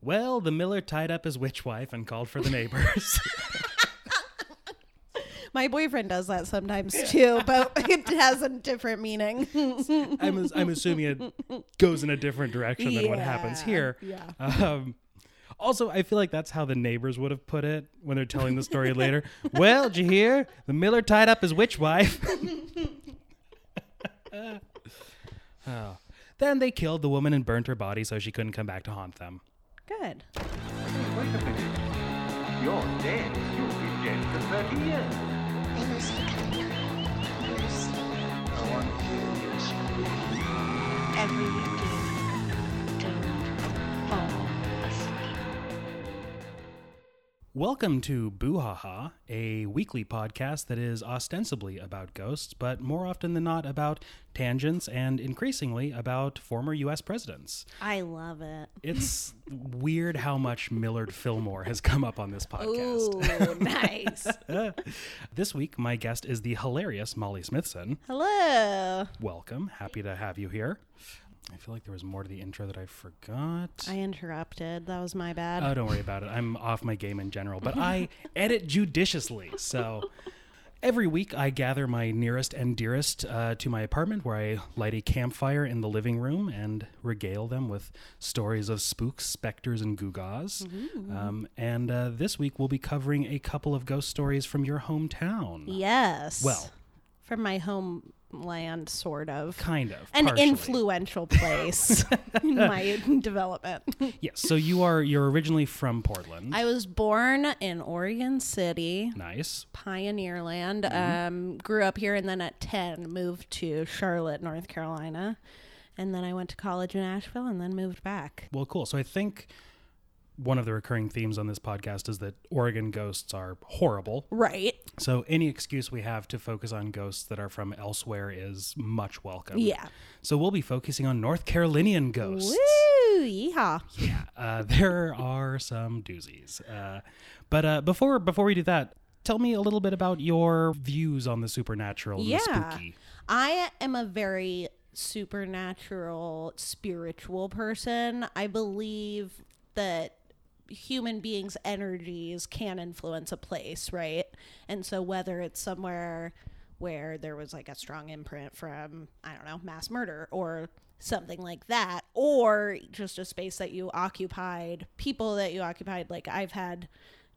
Well, the miller tied up his witch wife and called for the neighbors. My boyfriend does that sometimes too, but it has a different meaning. I'm, I'm assuming it goes in a different direction than what happens Yeah, here. yeah. Um, also, I feel like that's how the neighbors would have put it when they're telling the story later. Well, did you hear? The miller tied up his witch wife. oh. Then they killed the woman and burnt her body so she couldn't come back to haunt them. Good. Wait a minute. You're dead. You've been dead for 30 years. Every day, don't fall asleep. Welcome to Boo Ha Ha, a weekly podcast that is ostensibly about ghosts, but more often than not about tangents and increasingly about former US presidents. I love it. It's weird how much Millard Fillmore has come up on this podcast. Ooh, nice. This week, my guest is the hilarious Molly Smithson. Hello. Welcome. Happy to have you here. I feel like there was more to the intro that I forgot. I interrupted. That was my bad. Oh, don't worry about it. I'm off my game in general, but I edit judiciously. So every week I gather my nearest and dearest uh, to my apartment where I light a campfire in the living room and regale them with stories of spooks, specters, and gewgaws. Um, and uh, this week we'll be covering a couple of ghost stories from your hometown. yes. Well, from my homeland, sort of. kind of. An partially. influential place in my development. Yes. So you are you're originally from Portland. I was born in Oregon City, nice. pioneer land. Um, grew up here and then at 10 moved to Charlotte, North Carolina. And then I went to college in Asheville and then moved back. Well, cool. So I think one of the recurring themes on this podcast is that Oregon ghosts are horrible. Right. So any excuse we have to focus on ghosts that are from elsewhere is much welcome. Yeah. So we'll be focusing on North Carolinian ghosts. Woo! Yeehaw. Yeah, uh, there are some doozies. Uh, but uh, before before we do that, tell me a little bit about your views on the supernatural and the Yeah. spooky. I am a very supernatural, spiritual person. I believe that human beings' energies can influence a place, right? And so, whether it's somewhere where there was like a strong imprint from, I don't know, mass murder or something like that, or just a space that you occupied, people that you occupied, like I've had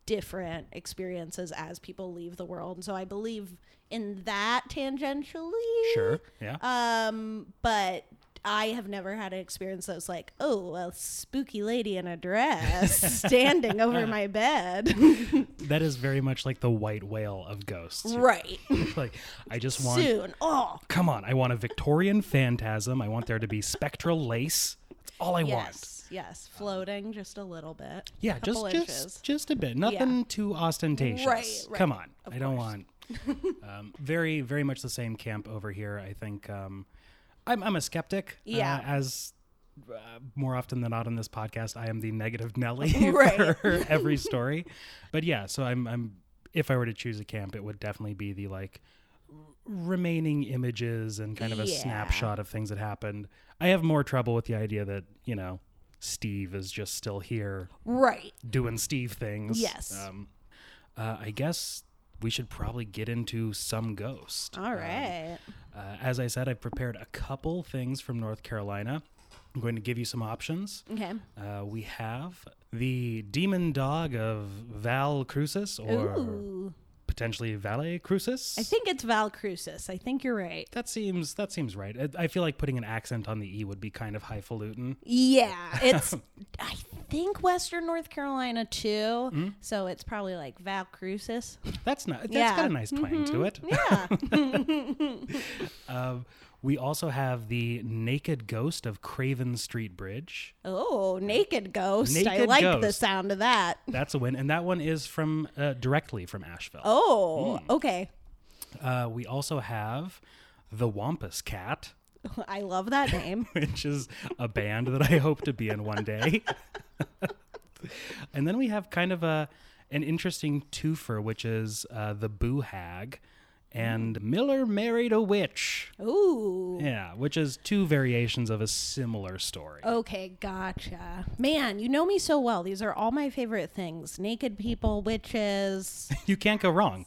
different experiences as people leave the world. And so I believe in that tangentially. Sure. Yeah. Um, but I have never had an experience that was like, oh, a spooky lady in a dress standing over Uh-huh. my bed. that is very much like the white whale of ghosts. right. like I just want Soon. Oh, Come on, I want a Victorian phantasm. I want there to be spectral lace. That's all I want. yes. Yes. Floating just a little bit. Yeah, Couple just inches. just just a bit. Nothing too ostentatious. Right, right, Come on, of I don't course. want. um, very very much the same camp over here. I think um, I'm I'm a skeptic. uh, Yeah. as uh, more often than not on this podcast, I am the negative Nelly Right. for every story. But yeah, so I'm I'm if I were to choose a camp, it would definitely be the like remaining images and kind of a Yeah. snapshot of things that happened. I have more trouble with the idea that, you know, Steve is just still here Right. doing Steve things. Yes. Um, uh, I guess we should probably get into some ghost. All right. Uh, as I said, I've prepared a couple things from North Carolina. I'm going to give you some options. okay. Uh, we have the demon dog of Val Crucis, or Ooh. potentially Valet Crucis. I think it's Val Crucis. I think you're right. that seems that seems right. I, I feel like putting an accent on the e would be kind of highfalutin. Yeah, it's I think Western North Carolina too. Mm-hmm. So it's probably like Val Crucis. That's not. That's Yeah. Mm-hmm. got a nice twang to it. Yeah. Um, we also have the naked ghost of Craven Street Bridge. oh, naked ghost. I Naked like the ghost. sound of that. That's a win, and that one is from uh, directly from Asheville. Oh, Mm. okay. Uh, we also have the Wampus Cat, I love that name. which is a band that I hope to be in one day. and then we have kind of a an interesting twofer, which is uh, the Boo Hag Mm. and Miller married a witch. Ooh. Yeah, which is two variations of a similar story. Okay, gotcha. Man, you know me so well. These are all my favorite things naked people, witches. You can't go wrong.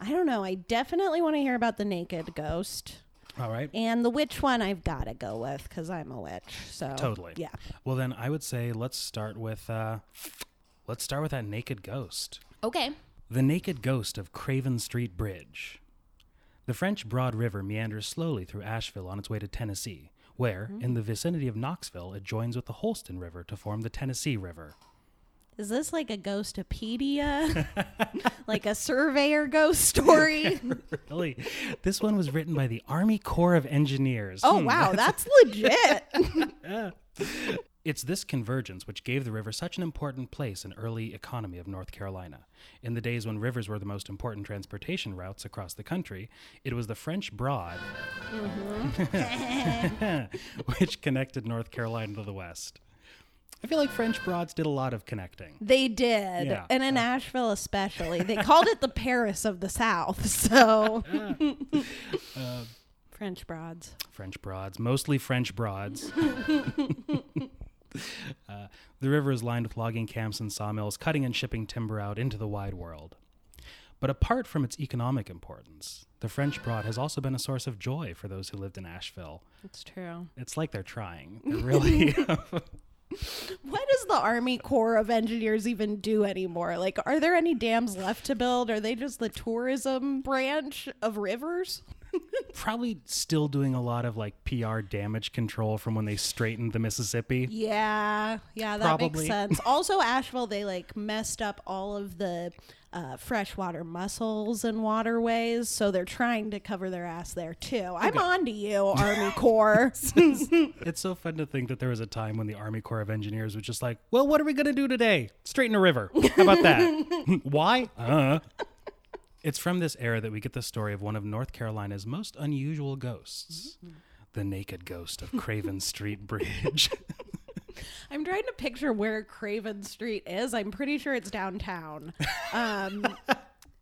I don't know. I definitely want to hear about the naked ghost. All right. And the witch one, I've got to go with because I'm a witch. So Totally. Yeah. Well, then I would say let's start with uh, let's start with that naked ghost. Okay. The naked ghost of Craven Street Bridge. The French Broad River meanders slowly through Asheville on its way to Tennessee, where, in the vicinity of Knoxville, it joins with the Holston River to form the Tennessee River. Is this like a ghostopedia? like a surveyor ghost story? Really, this one was written by the Army Corps of Engineers. Oh, Hmm. wow. That's legit. It's this convergence which gave the river such an important place in early economy of North Carolina. In the days when rivers were the most important transportation routes across the country, it was the French Broad which connected North Carolina to the west. I feel like French Broads did a lot of connecting. They did. Yeah. And in Asheville, especially. They called it the Paris of the South. So, Uh, French broads. French Broads, mostly French Broads. uh, the river is lined with logging camps and sawmills, cutting and shipping timber out into the wide world. But apart from its economic importance, the French Broad has also been a source of joy for those who lived in Asheville. That's true. It's like they're trying. They're really. What does the Army Corps of Engineers even do anymore? Like, are there any dams left to build? Are they just the tourism branch of rivers? probably still doing a lot of like PR damage control from when they straightened the Mississippi. Yeah, yeah, that Probably. makes sense. Also, Asheville, they like messed up all of the uh, freshwater mussels and waterways, so they're trying to cover their ass there too. I'm on to you, Army Corps. It's so fun to think that there was a time when the Army Corps of Engineers was just like, well, what are we going to do today? Straighten a river. How about that? Why? Uh. It's from this era that we get the story of one of North Carolina's most unusual ghosts. The naked ghost of Craven Street Bridge. I'm trying to picture where Craven Street is. I'm pretty sure it's downtown. Um,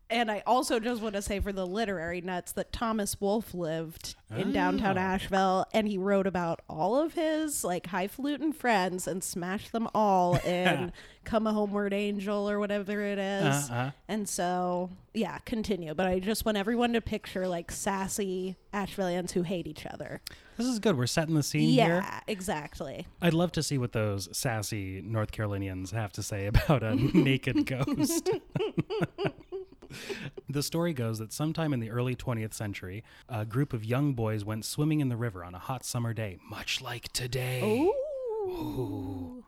and I also just want to say for the literary nuts that Thomas Wolfe lived in downtown Asheville and he wrote about all of his like highfalutin friends and smashed them all in Come a Homeward Angel or whatever it is. Uh-uh. And so, yeah, continue. But I just want everyone to picture like sassy Ashevilleans who hate each other. this is good. We're setting the scene yeah, here. exactly. I'd love to see what those sassy North Carolinians have to say about a naked ghost. the story goes that sometime in the early 20th century, a group of young boys went swimming in the river on a hot summer day, much like today. Oh.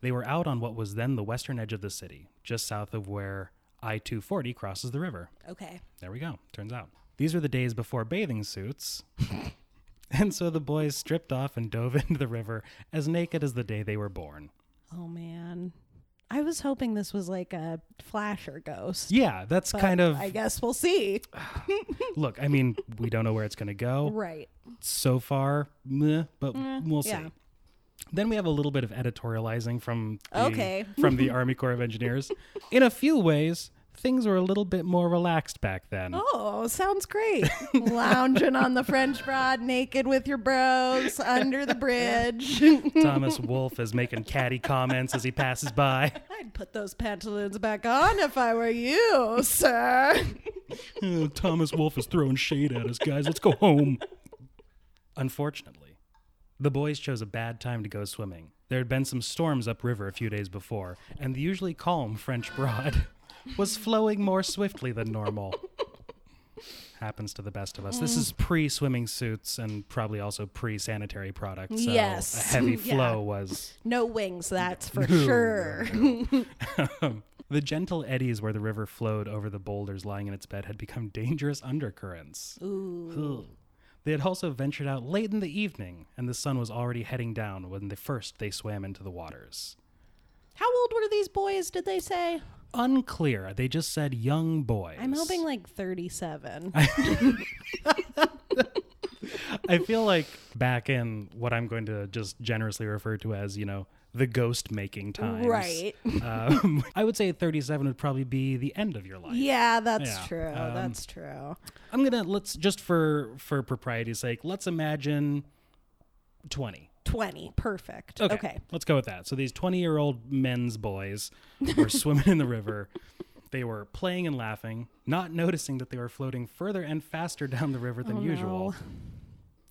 They were out on what was then the western edge of the city, just south of where I 240 crosses the river. Okay. There we go. Turns out. These were the days before bathing suits. and so the boys stripped off and dove into the river as naked as the day they were born. Oh man. I was hoping this was like a flasher ghost. Yeah, that's but kind of I guess we'll see. look, I mean, we don't know where it's going to go Right. so far, meh, but we'll see. yeah. Then we have a little bit of editorializing from the, Okay. from the Army Corps of Engineers. In a few ways, things were a little bit more relaxed back then. Oh, sounds great. Lounging on the French Broad, naked with your bros, under the bridge. Thomas Wolfe is making catty comments as he passes by. I'd put those pantaloons back on if I were you, sir. Uh, Thomas Wolfe is throwing shade at us, guys. Let's go home. Unfortunately, the boys chose a bad time to go swimming. There had been some storms upriver a few days before, and the usually calm French Broad was flowing more swiftly than normal. Happens to the best of us. This is Mm. pre swimming suits and probably also pre sanitary products. So Yes. A heavy Yeah. flow was No wings, that's for sure. Um, The gentle eddies where the river flowed over the boulders lying in its bed had become dangerous undercurrents. Ooh. They had also ventured out late in the evening, and the sun was already heading down when the first they swam into the waters. How old were these boys, did they say? Unclear. They just said young boys. I'm hoping like 37. I feel like back in what I'm going to just generously refer to as, you know, the ghost making times. Right. Um, I would say 37 would probably be the end of your life. Yeah, that's Yeah, true. um, that's true. I'm gonna let's just for for propriety's sake, let's imagine 20. 20. Perfect. Okay. okay. Let's go with that. So these 20 year old men's boys were swimming in the river. They were playing and laughing, not noticing that they were floating further and faster down the river than usual.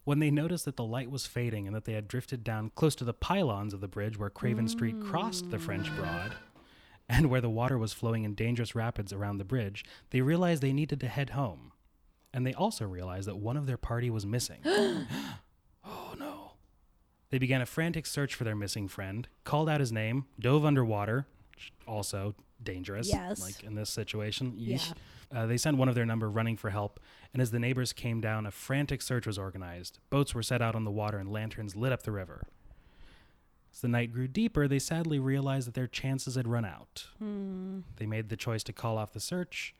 When they noticed that the light was fading and that they had drifted down close to the pylons of the bridge where Craven Street crossed the French Broad and where the water was flowing in dangerous rapids around the bridge, they realized they needed to head home. And they also realized that one of their party was missing. oh no. They began a frantic search for their missing friend, called out his name, dove underwater, which also dangerous, Yes. like in this situation. Yeesh. Uh, they sent one of their number running for help, and as the neighbors came down, a frantic search was organized. Boats were set out on the water, and lanterns lit up the river. As the night grew deeper, they sadly realized that their chances had run out. They made the choice to call off the search.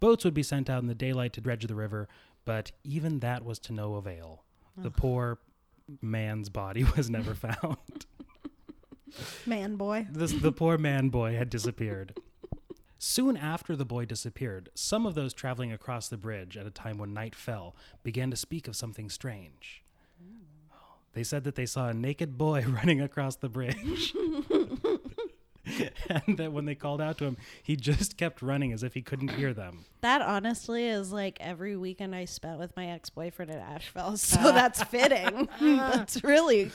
Boats would be sent out in the daylight to dredge the river, but even that was to no avail. The poor man's body was never found. Man boy. this, the poor man boy had disappeared. Soon after the boy disappeared, some of those traveling across the bridge at a time when night fell began to speak of something strange. They said that they saw a naked boy running across the bridge. and that when they called out to him, he just kept running as if he couldn't hear them. That honestly is like every weekend I spent with my ex boyfriend in Asheville. So that's fitting. that's really,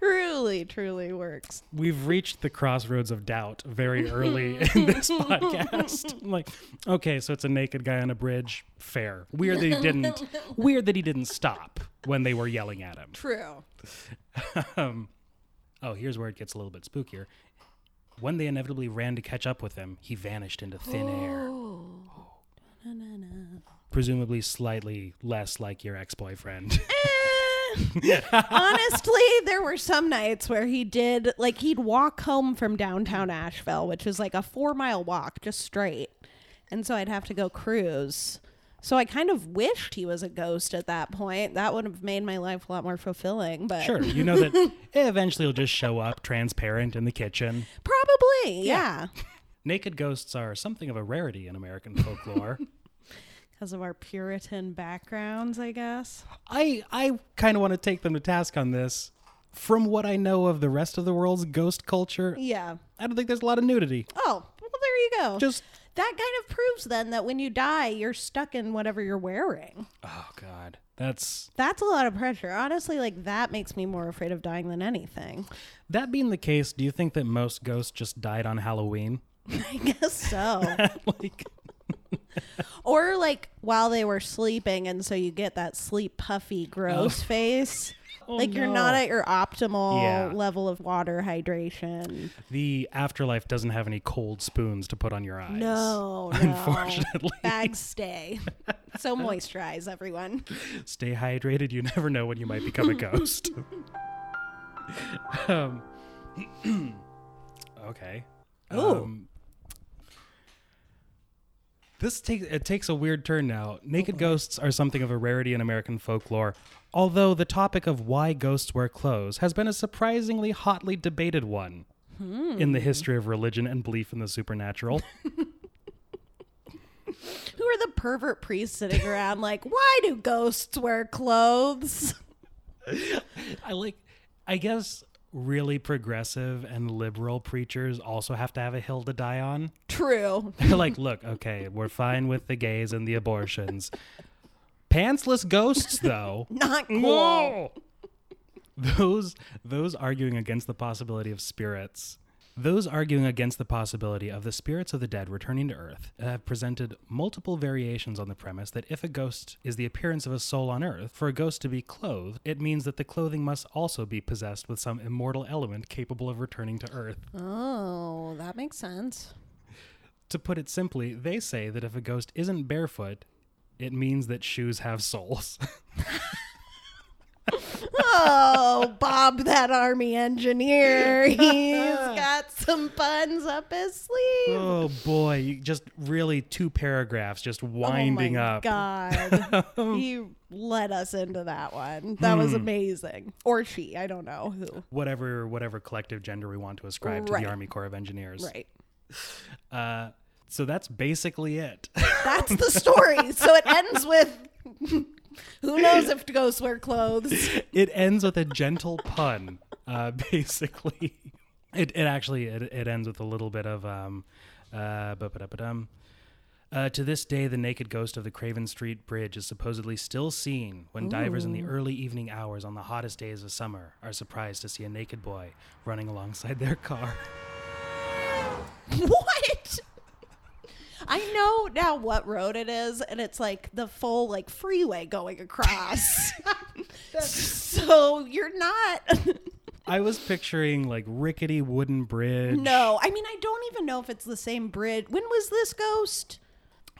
really, truly works. We've reached the crossroads of doubt very early in this podcast. I'm like, okay, so it's a naked guy on a bridge. Fair. Weird that he didn't. Weird that he didn't stop when they were yelling at him. True. um, oh, here's where it gets a little bit spookier. When they inevitably ran to catch up with him, he vanished into thin air, presumably slightly less like your ex-boyfriend. Eh. Honestly, there were some nights where he did, like, he'd walk home from downtown Asheville, which is like a four mile walk just straight. And so I'd have to go cruise. So I kind of wished he was a ghost at that point. That would have made my life a lot more fulfilling. But sure, you know that eventually he'll just show up transparent in the kitchen. probably, yeah. Naked ghosts are something of a rarity in American folklore. because of our Puritan backgrounds, I guess. I I kind of want to take them to task on this. From what I know of the rest of the world's ghost culture, Yeah. I don't think there's a lot of nudity. Oh, well, there you go. Just that kind of proves then that when you die, you're stuck in whatever you're wearing. oh god, that's That's a lot of pressure. Honestly, like that makes me more afraid of dying than anything. That being the case, do you think that most ghosts just died on Halloween? I guess so. like, or like while they were sleeping, and so you get that sleep puffy, gross face. like you're no. not at your optimal Yeah. level of water hydration. the afterlife doesn't have any cold spoons to put on your eyes. No, no. Unfortunately. Bag stay. so moisturize, everyone. Stay hydrated. You never know when you might become a ghost. um, okay. Ooh. Um, this takes it takes a weird turn now. Naked ghosts are something of a rarity in American folklore, although the topic of why ghosts wear clothes has been a surprisingly hotly debated one in the history of religion and belief in the supernatural. Who are the pervert priests sitting around like, why do ghosts wear clothes? I like, I guess, really progressive and liberal preachers also have to have a hill to die on. True. They're like, look, okay, we're fine with the gays and the abortions. Pantsless ghosts, though. Not cool. Those those arguing against the possibility of spirits, those arguing against the possibility of the spirits of the dead returning to Earth, have presented multiple variations on the premise that if a ghost is the appearance of a soul on Earth, for a ghost to be clothed, it means that the clothing must also be possessed with some immortal element capable of returning to Earth. Oh, that makes sense. To put it simply, they say that if a ghost isn't barefoot, it means that shoes have souls. oh, Bob, that army engineer. He's got some puns up his sleeve. Oh boy, you just really two paragraphs just winding oh my up. God. he led us into that one. That Hmm. was amazing. Or she, I don't know who. Whatever whatever collective gender we want to ascribe to Right. the Army Corps of Engineers. Right. Uh, so that's basically it. That's the story. so it ends with who knows if ghosts wear clothes. it ends with a gentle pun, uh, basically. It, it actually it, it ends with a little bit of um, uh, ba-ba-da-ba-dum. Uh, to this day, the naked ghost of the Craven Street Bridge is supposedly still seen when divers in the early evening hours on the hottest days of summer are surprised to see a naked boy running alongside their car. What? I know now what road it is, and it's like the full like freeway going across. so you're not. I was picturing like rickety wooden bridge. no, I mean I don't even know if it's the same bridge. When was this ghost?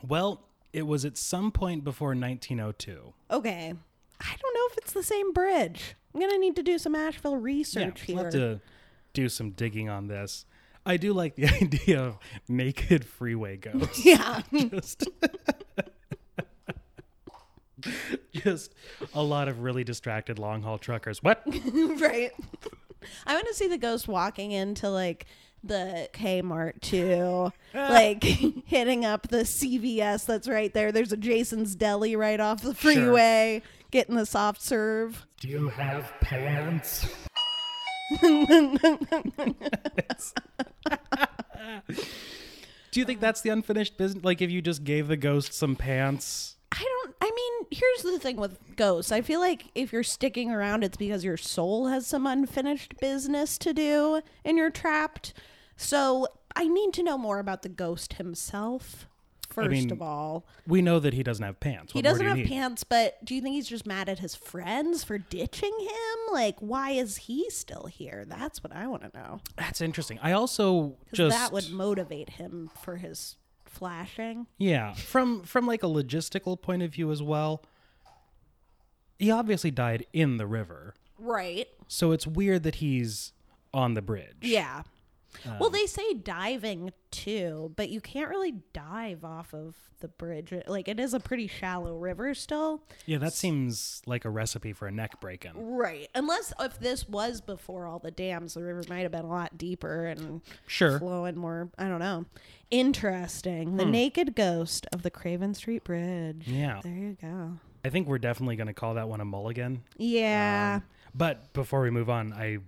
Well, it was at some point before 1902. Okay, I don't know if it's the same bridge. I'm gonna need to do some Asheville research we'll here. have to do some digging on this. I do like the idea of naked freeway ghosts. yeah, just, just a lot of really distracted long haul truckers. What? right. I want to see the ghost walking into like the Kmart too, like hitting up the CVS that's right there. There's a Jason's Deli right off the freeway, getting the soft serve. Do you have pants? Do you think that's the unfinished business? Like if you just gave the ghost some pants? I don't. I mean, here's the thing with ghosts. I feel like if you're sticking around, it's because your soul has some unfinished business to do, and you're trapped. So I need to know more about the ghost himself. First mean, of all, We know that he doesn't have pants. He What more do doesn't you have need? pants, but do you think he's just mad at his friends for ditching him? Like, why is he still here? That's what I want to know. That's interesting. I also Because just that would motivate him for his flashing. Yeah, from from like a logistical point of view as well. He obviously died in the river, Right. so it's weird that he's on the bridge. Yeah. well, Um, they say diving too, but you can't really dive off of the bridge. Like, it is a pretty shallow river still. yeah, that seems like a recipe for a neck breaking. Right. Unless if this was before all the dams, the river might have been a lot deeper and Sure. Hmm. flowing more. I don't know. Interesting. The naked ghost of the Craven Street Bridge. Yeah, There you go. I think we're definitely going to call that one a mulligan. Yeah. Um, But before we move on, I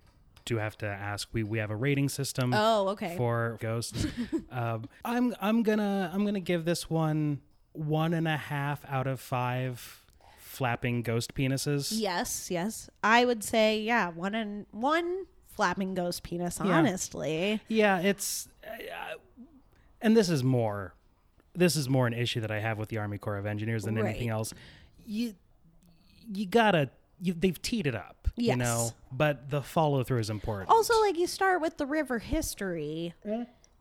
do have to ask. We we have a rating system. Oh, okay. For ghosts, um, I'm I'm gonna I'm gonna give this one one and a half out of five flapping ghost penises. yes, yes. I would say yeah, one and one flapping ghost penis honestly. Yeah, it's uh, and this is more this is more an issue that I have with the Army Corps of Engineers than anything Right. else. You you gotta you, they've teed it up, you Yes. Oh, know, but the follow through is important. Also like you start with the river history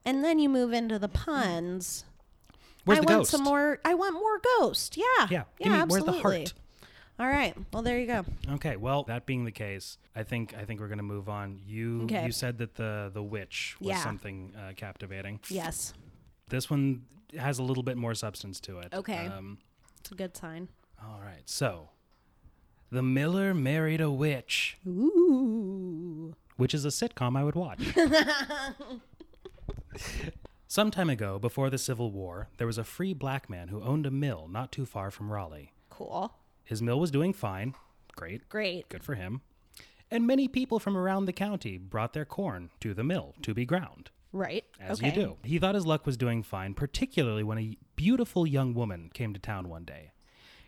and then you move into the puns. where's I the want ghost? some more I want more ghost. Yeah. yeah, Yeah, give me- where's absolutely. the heart? All right. Well, there you go. Okay, well, that being the case, I think I think we're gonna move on. You Okay. you said that the the witch was Yeah. something uh, captivating. Yes. This one has a little bit more substance to it. Okay. Um, It's a good sign. all right, so the Miller married a witch. Ooh. which is a sitcom I would watch. Some time ago, before the Civil War, there was a free black man who owned a mill not too far from Raleigh. Cool. His mill was doing fine. Great. Great. Good for him. And many people from around the county brought their corn to the mill to be ground, Right. as okay. you do. He thought his luck was doing fine, particularly when a beautiful young woman came to town one day.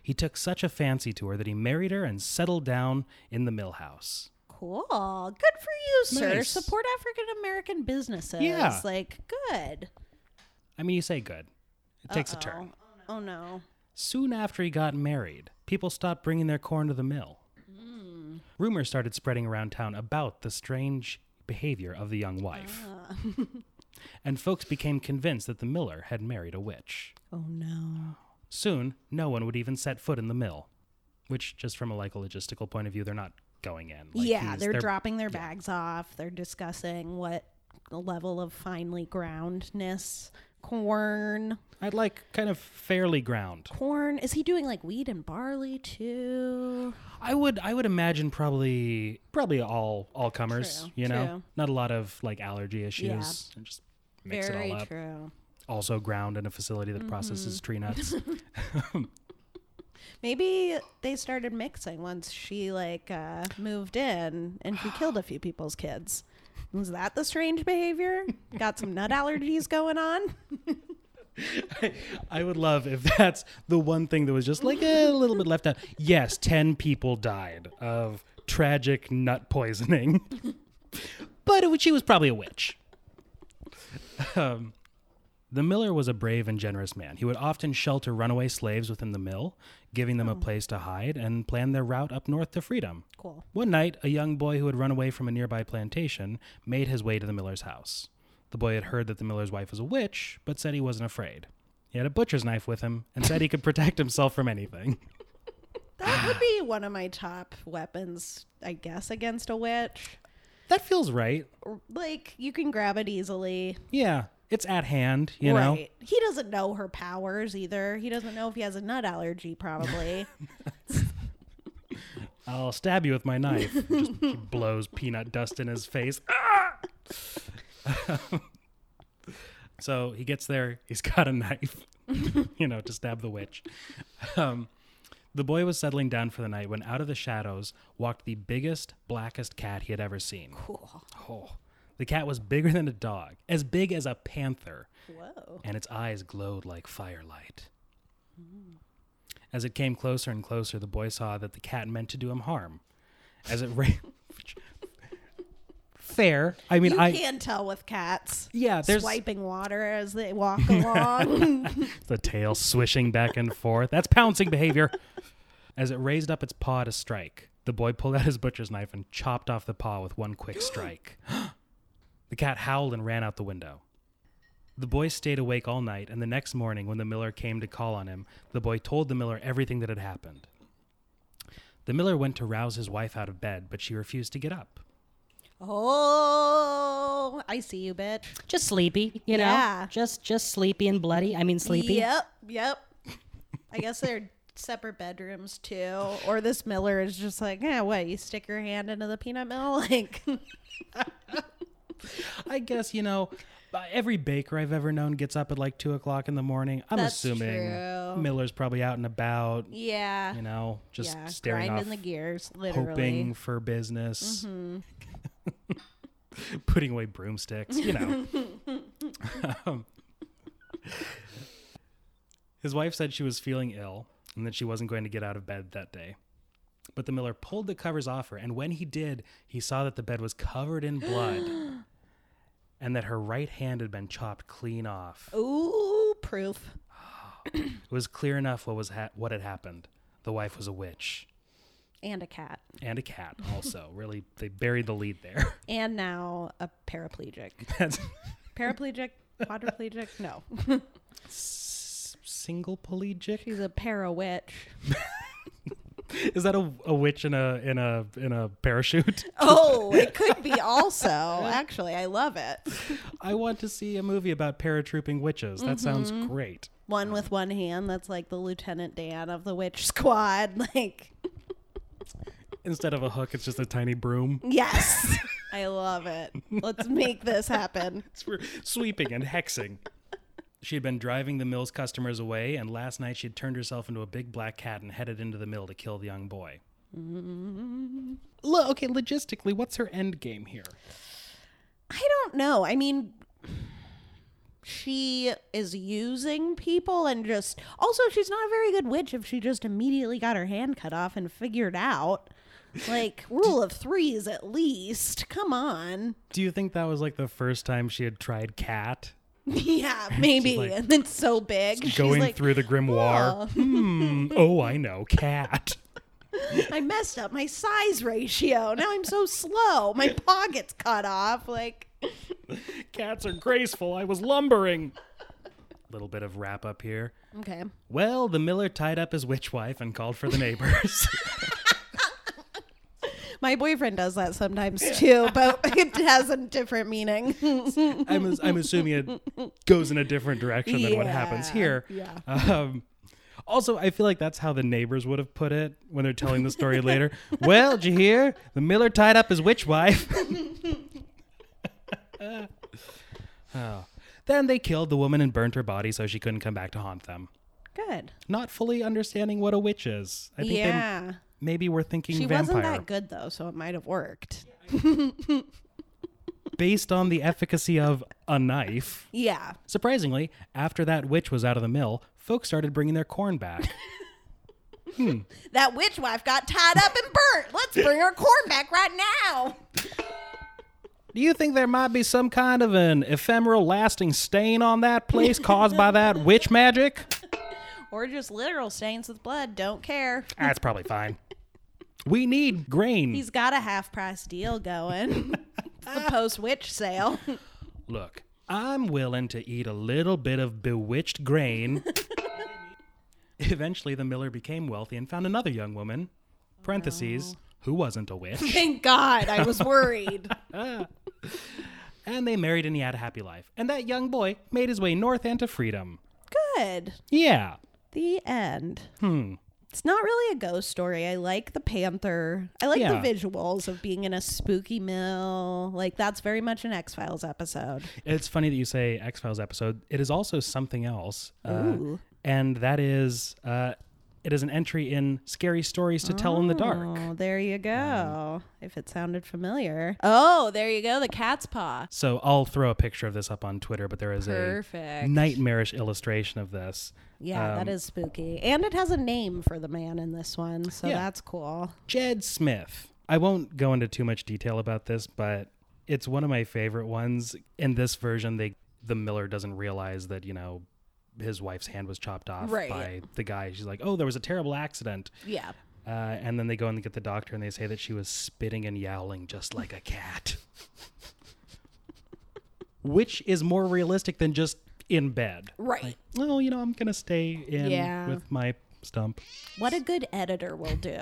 He took such a fancy to her that he married her and settled down in the mill house. Cool. Good for you, sir. Nice. Support African American businesses. Yeah. Like, good. I mean, you say good. It takes a turn. Oh, oh no. Soon after he got married, people stopped bringing their corn to the mill. Rumors started spreading around town about the strange behavior of the young wife. Ah. and folks became convinced that the miller had married a witch. Oh no. Soon, no one would even set foot in the mill, which, just from a like a logistical point of view, they're not going in. Like, yeah, he's- they're, dropping their bags off. They're discussing what the level of finely groundness corn. I'd like kind of fairly ground. Corn. Is he doing like wheat and barley too? I would I would imagine probably probably all all comers. True, you know, true. not a lot of like allergy issues. Yeah. And just mix Very it all up. true. Also ground in a facility that processes tree nuts. Maybe they started mixing once she like uh, moved in and she killed a few people's kids. Was that the strange behavior? Got some nut allergies going on? I would love if that's the one thing that was just like a little bit left out. Yes, 10 people died of tragic nut poisoning. but it, was- she was probably a witch. Um, the miller was a brave and generous man. He would often shelter runaway slaves within the mill, giving them a place to hide and plan their route up north to freedom. Cool. One night, a young boy who had run away from a nearby plantation made his way to the miller's house. The boy had heard that the miller's wife was a witch, but said he wasn't afraid. He had a butcher's knife with him and said he could protect himself from anything. That would be one of my top weapons, I guess, against a witch. That feels right. Like you can grab it easily. Yeah, it's at hand, you know? right. He doesn't know her powers either. He doesn't know if he has a nut allergy probably. I'll stab you with my knife. Just he blows peanut dust in his face. Ah! so he gets there. He's got a knife, you know, to stab the witch. Um, the boy was settling down for the night when out of the shadows walked the biggest, blackest cat he had ever seen. cool. Oh, the cat was bigger than a dog, as big as a panther Whoa. and its eyes glowed like firelight. As it came closer and closer, the boy saw that the cat meant to do him harm. As it ran, fair. I mean, You I can tell with cats. yeah. There's Swiping water as they walk along. the tail swishing back and forth. That's pouncing behavior. As it raised up its paw to strike, the boy pulled out his butcher's knife and chopped off the paw with one quick strike. the cat howled and ran out the window. The boy stayed awake all night, and the next morning, when the miller came to call on him, the boy told the miller everything that had happened. The miller went to rouse his wife out of bed, but she refused to get up. Oh, I see you, bitch. Just sleepy, you know. Yeah. Just just sleepy and bloody. I mean sleepy. Yep, yep. I guess they're separate bedrooms too. Or this Miller is just like, yeah, what? You stick your hand into the peanut mill, like, I guess, you know, by- every baker I've ever known gets up at like two o'clock in the morning. I'm That's assuming true. Miller's probably out and about, yeah, you know, just yeah, staring off, grinding the gears, literally. hoping for business, putting away broomsticks, you know. Um, his wife said she was feeling ill and that she wasn't going to get out of bed that day. But the miller pulled the covers off her, and when he did, he saw that the bed was covered in blood and that her right hand had been chopped clean off. Oh. Ooh, proof. It was clear enough what was ha- what had happened. The wife was a witch And a cat. and a cat also. really they buried the lead there. And now a paraplegic. That's Paraplegic? Quadriplegic? No. s- single pelagic. She's a para witch. Is that a, a witch in a in a in a parachute? Oh, it could be also. Actually, I love it. I want to see a movie about paratrooping witches. That sounds great. One with one hand. That's like the Lieutenant Dan of the Witch Squad. Like, Instead of a hook, it's just a tiny broom. Yes. I love it. Let's make this happen. We're sweeping and hexing. She had been driving the mill's customers away, and last night she had turned herself into a big black cat and headed into the mill to kill the young boy. Look, okay, logistically, what's her end game here? I don't know. I mean, she is using people and just. Also, she's not a very good witch if she just immediately got her hand cut off and figured out. Like, rule of threes at least. Come on. Do you think that was like the first time she had tried cat? Yeah, maybe. like- and it's so big. She's Going like, through the grimoire. Hmm. Oh, I know, cat. I messed up my size ratio. Now I'm so slow. My paw gets cut off. Like, Cats are graceful. I was lumbering. Little bit of wrap up here. okay. Well, the miller tied up his witch wife and called for the neighbors. My boyfriend does that sometimes too, but it has a different meaning. I'm, I'm assuming it goes in a different direction than what happens Yeah, here. yeah. Um, also, I feel like that's how the neighbors would have put it when they're telling the story later. Well, did you hear? The miller tied up his witch wife. oh. Then they killed the woman and burnt her body so she couldn't come back to haunt them. Good. Not fully understanding what a witch is. I think they yeah. maybe we're thinking She vampire wasn't that good though, so it might have worked. based on the efficacy of a knife. Yeah. Surprisingly, after that witch was out of the mill, folks started bringing their corn back. That witch wife got tied up and burnt. Let's bring her corn back right now. Do you think there might be some kind of an ephemeral lasting stain on that place caused by that witch magic? Or just literal stains with blood. Don't care. That's probably fine. We need grain. He's got a half price deal going. It's the post witch sale. Look, I'm willing to eat a little bit of bewitched grain. Eventually, the miller became wealthy and found another young woman, parentheses, who wasn't a witch. Thank God. I was worried. And they married and he had a happy life. And that young boy made his way north and to freedom. Good. Yeah. The end. Hmm. It's not really a ghost story. I like the panther. I like Yeah. the visuals of being in a spooky mill. Like that's very much an X Files episode. It's funny that you say X Files episode. It is also something else, uh, and that is uh, it is an entry in scary stories to tell in the dark. Oh, there you go. if it sounded familiar. Oh, there you go. The cat's paw. So I'll throw a picture of this up on Twitter, but there is a Perfect. nightmarish illustration of this. Yeah, Um, that is spooky. And it has a name for the man in this one, so Yeah. that's cool. Jed Smith. I won't go into too much detail about this, but it's one of my favorite ones. In this version, they the Miller doesn't realize that you know his wife's hand was chopped off Right. by the guy. She's like, "Oh, there was a terrible accident." Yeah. Uh, and then they go and get the doctor, and they say that she was spitting and yowling just like a cat. Which is more realistic than just in bed. Right. Well, you know, I'm going to stay in Yeah. with my stump. What a good editor will do.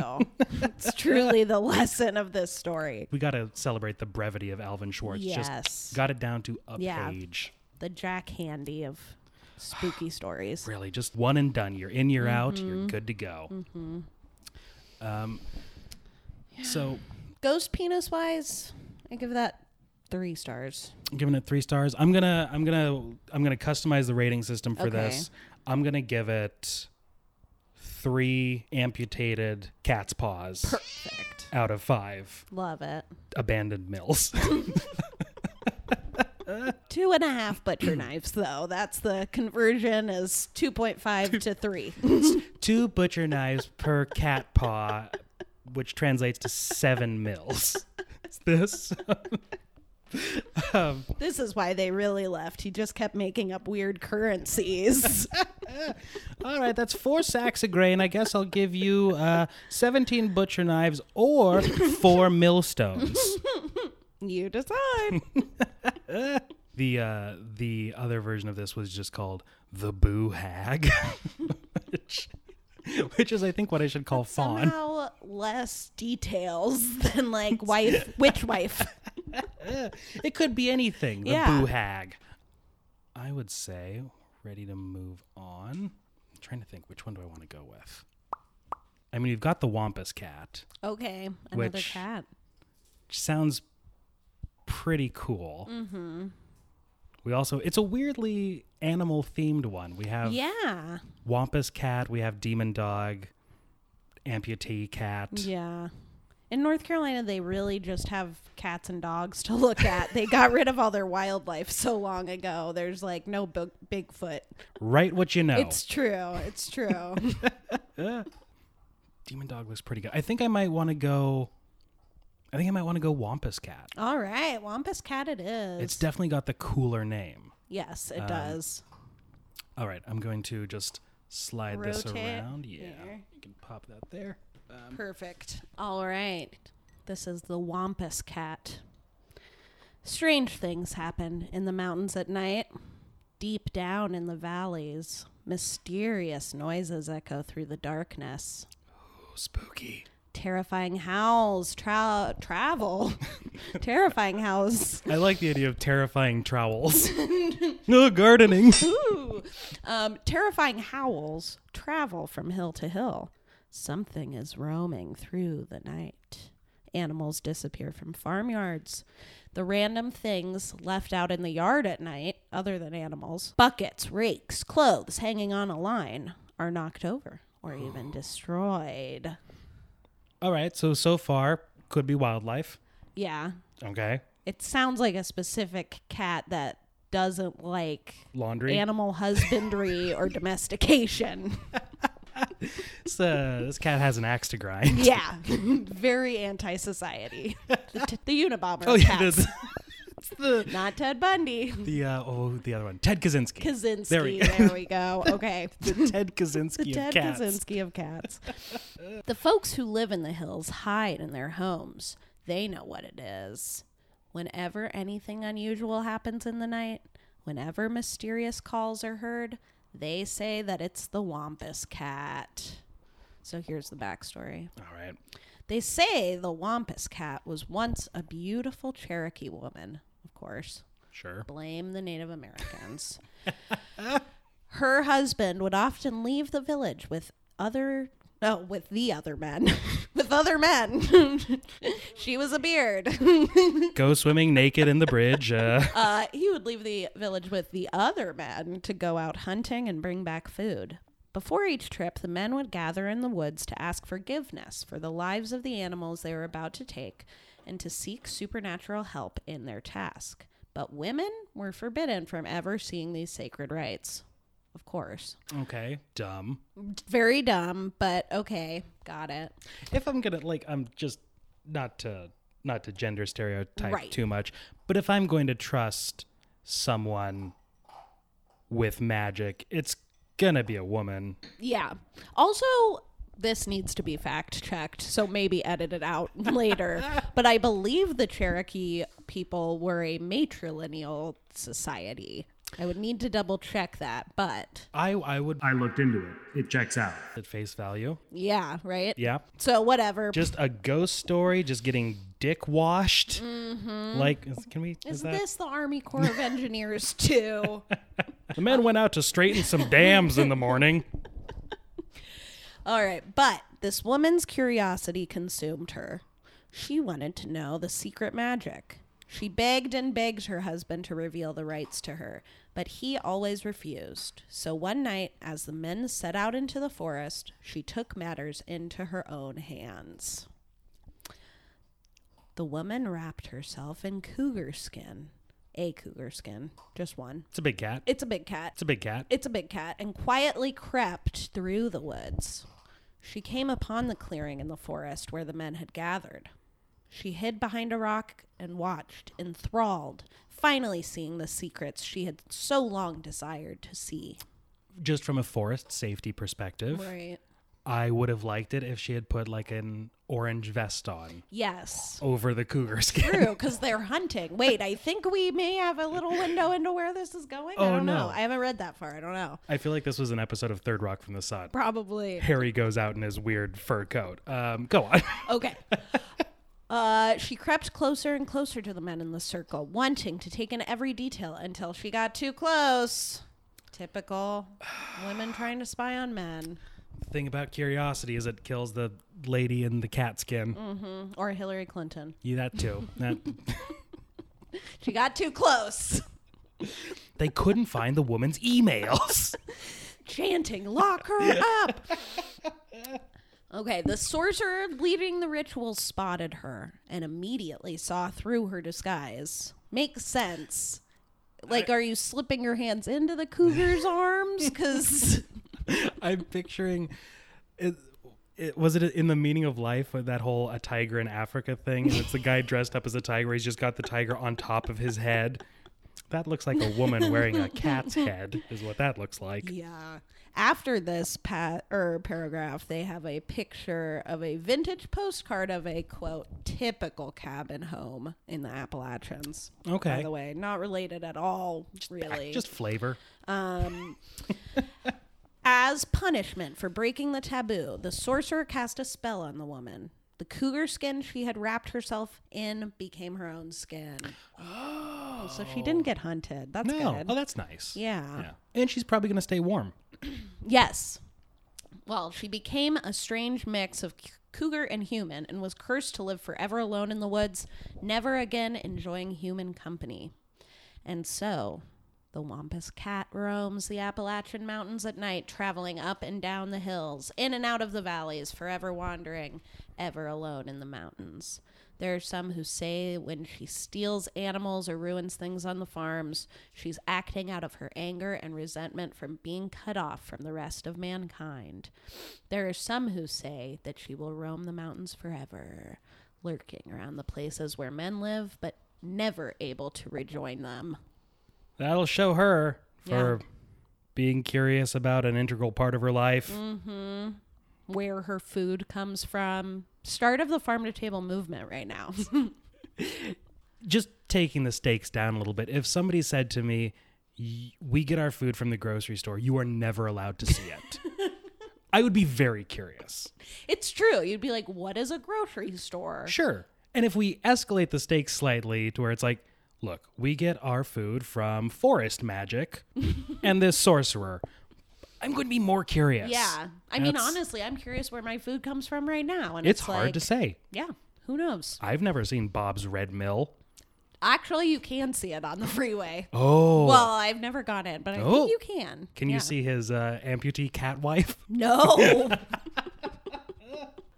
it's truly the lesson of this story. We got to celebrate the brevity of Alvin Schwartz. Yes. Just got it down to a Yeah. page. The Jack Handy of spooky stories. Really, just one and done. You're in, you're out, Mm-hmm. you're good to go. Um, So, Ghost penis wise, I give that three stars. giving it three stars. I'm gonna I'm gonna I'm gonna customize the rating system for Okay. this. I'm gonna give it three amputated cat's paws Perfect. out of five Love it. abandoned mills. Two and a half butcher knives, though. That's the conversion is 2.5 to three. Two butcher knives per cat paw, which translates to seven mills. Is this? um, this is why they really left. He just kept making up weird currencies. all right, that's four sacks of grain. I guess I'll give you uh, 17 butcher knives or four millstones. you decide. The uh, the other version of this was just called the Boo Hag, which, which is I think what I should call fawn. Somehow less details than like wife, witch wife. It could be anything. The Yeah. Boo Hag. I would say ready to move on. I'm trying to think which one do I want to go with. I mean, you've got the Wampus Cat, Okay, another Which- cat. which sounds pretty cool. Mm-hmm. We also it's a weirdly animal themed one. We have Yeah, Wampus Cat, we have Demon Dog, Amputee Cat. yeah. In North Carolina, they really just have cats and dogs to look at. they got rid of all their wildlife so long ago. There's like no big, Bigfoot. Write what you know. It's true. It's true. Demon Dog looks pretty good. I think I might want to go. I think I might want to go Wampus Cat. all right, Wampus cat it is. It's definitely got the cooler name. yes, it does. All right, I'm going to just slide this Rotate around. Yeah, there. you can pop that there. Um, Perfect. All right. This is the Wampus Cat. Strange things happen in the mountains at night. Deep down in the valleys, mysterious noises echo through the darkness. Oh, spooky. terrifying howls, tra- travel, terrifying howls. I like the idea of terrifying trowels. no gardening. Ooh. Um, terrifying howls travel from hill to hill. Something is roaming through the night. Animals disappear from farmyards. The random things left out in the yard at night, other than animals, buckets, rakes, clothes hanging on a line, are knocked over or even destroyed. All right, so so far could be wildlife. Yeah. Okay, It sounds like a specific cat that doesn't like laundry. animal husbandry or domestication. This, uh, this cat has an axe to grind. Yeah, very anti-society. The, t- the Unabomber. Oh yeah, cats. the, the not Ted Bundy. the uh, oh the other one, Ted Kaczynski. Kaczynski. There There we we, go. go. Okay. the Ted Kaczynski The of Ted cats. Kaczynski of cats. the folks who live in the hills hide in their homes. They know what it is. Whenever anything unusual happens in the night, whenever mysterious calls are heard, they say that it's the Wampus Cat. So here's the backstory. All right. They say the Wampus Cat was once a beautiful Cherokee woman, of course. Sure. Blame the Native Americans. Her husband would often leave the village with other no, with the other men. with other men. she was a beard. Go swimming naked in the bridge. Uh, Uh, he would leave the village with the other men to go out hunting and bring back food. Before each trip, the men would gather in the woods to ask forgiveness for the lives of the animals they were about to take and to seek supernatural help in their task. But women were forbidden from ever seeing these sacred rites. Of course. okay. Dumb. Very dumb, but okay. Got it. if I'm gonna like, I'm just not to not to gender stereotype Right. too much, but if I'm going to trust someone with magic, it's gonna be a woman. Yeah. Also, this needs to be fact checked, so maybe edit it out later. but I believe the Cherokee people were a matrilineal society. I would need to double check that, but I I would I looked into it. It checks out. at face value. yeah, right? Yeah, So, whatever. just a ghost story, just getting dick washed. Like, is- can we? Is, is that this the Army Corps of Engineers, too? the men went out to straighten some dams in the morning? All right, but this woman's curiosity consumed her. She wanted to know the secret magic. She begged and begged her husband to reveal the rites to her, but he always refused. So one night, as the men set out into the forest, she took matters into her own hands. The woman wrapped herself in cougar skin, a cougar skin, just one. It's a big cat. It's a big cat. It's a big cat. It's a big cat and quietly crept through the woods. She came upon the clearing in the forest where the men had gathered. She hid behind a rock and watched, enthralled, finally seeing the secrets she had so long desired to see. Just from a forest safety perspective, Right. I would have liked it if she had put like an orange vest on. Yes. over the cougar skin. True, because they're hunting. Wait, I think we may have a little window into where this is going. Oh, I don't no. know. I haven't read that far. I don't know. I feel like this was an episode of Third Rock from the Sun. Probably. Harry goes out in his weird fur coat. Um, go on. Okay. Uh, she crept closer and closer to the men in the circle, wanting to take in every detail until she got too close. Typical women trying to spy on men. the thing about curiosity is it kills the lady in the cat skin. Or Hillary Clinton. You that too. That- She got too close. they couldn't find the woman's emails. chanting, lock her up. Okay, the sorcerer leading the ritual spotted her and immediately saw through her disguise. Makes sense. Like, are you slipping your hands into the cougar's arms? Because I'm picturing it, it. Was it in the meaning of life with that whole a tiger in Africa thing? And it's the guy dressed up as a tiger. He's just got the tiger on top of his head. That looks like a woman wearing a cat's head. Is what that looks like. Yeah. After this pat or paragraph, they have a picture of a vintage postcard of a quote typical cabin home in the Appalachians. Okay. By the way, not related at all, really. Just flavor. Um, as punishment for breaking the taboo, the sorcerer cast a spell on the woman. The cougar skin she had wrapped herself in became her own skin. Oh, so she didn't get hunted. That's No. good. Oh, that's nice. yeah. Yeah. And she's probably going to stay warm. Yes. Well, she became a strange mix of c- cougar and human and was cursed to live forever alone in the woods, never again enjoying human company. And so, the Wampus cat roams the Appalachian Mountains at night, traveling up and down the hills, in and out of the valleys, forever wandering, ever alone in the mountains. There are some who say when she steals animals or ruins things on the farms, she's acting out of her anger and resentment from being cut off from the rest of mankind. There are some who say that she will roam the mountains forever, lurking around the places where men live, but never able to rejoin them. That'll show her for Yeah. being curious about an integral part of her life. Mm. where her food comes from. Start of the farm to table movement right now. Just taking the stakes down a little bit. If somebody said to me, "Y- "We get our food from the grocery store. You are never allowed to see it." I would be very curious. it's true. You'd be like, what is a grocery store? Sure. And if we escalate the stakes slightly to where it's like, "Look, we get our food from forest magic and this sorcerer." I'm going to be more curious. Yeah. I mean, That's- honestly, I'm curious where my food comes from right now. And It's it's, hard like, to say. Yeah. Who knows? I've never seen Bob's Red Mill. Actually, you can see it on the freeway. Oh. Well, I've never gone in, but I Oh. think you can. Can you Yeah. see his uh, amputee cat wife? No.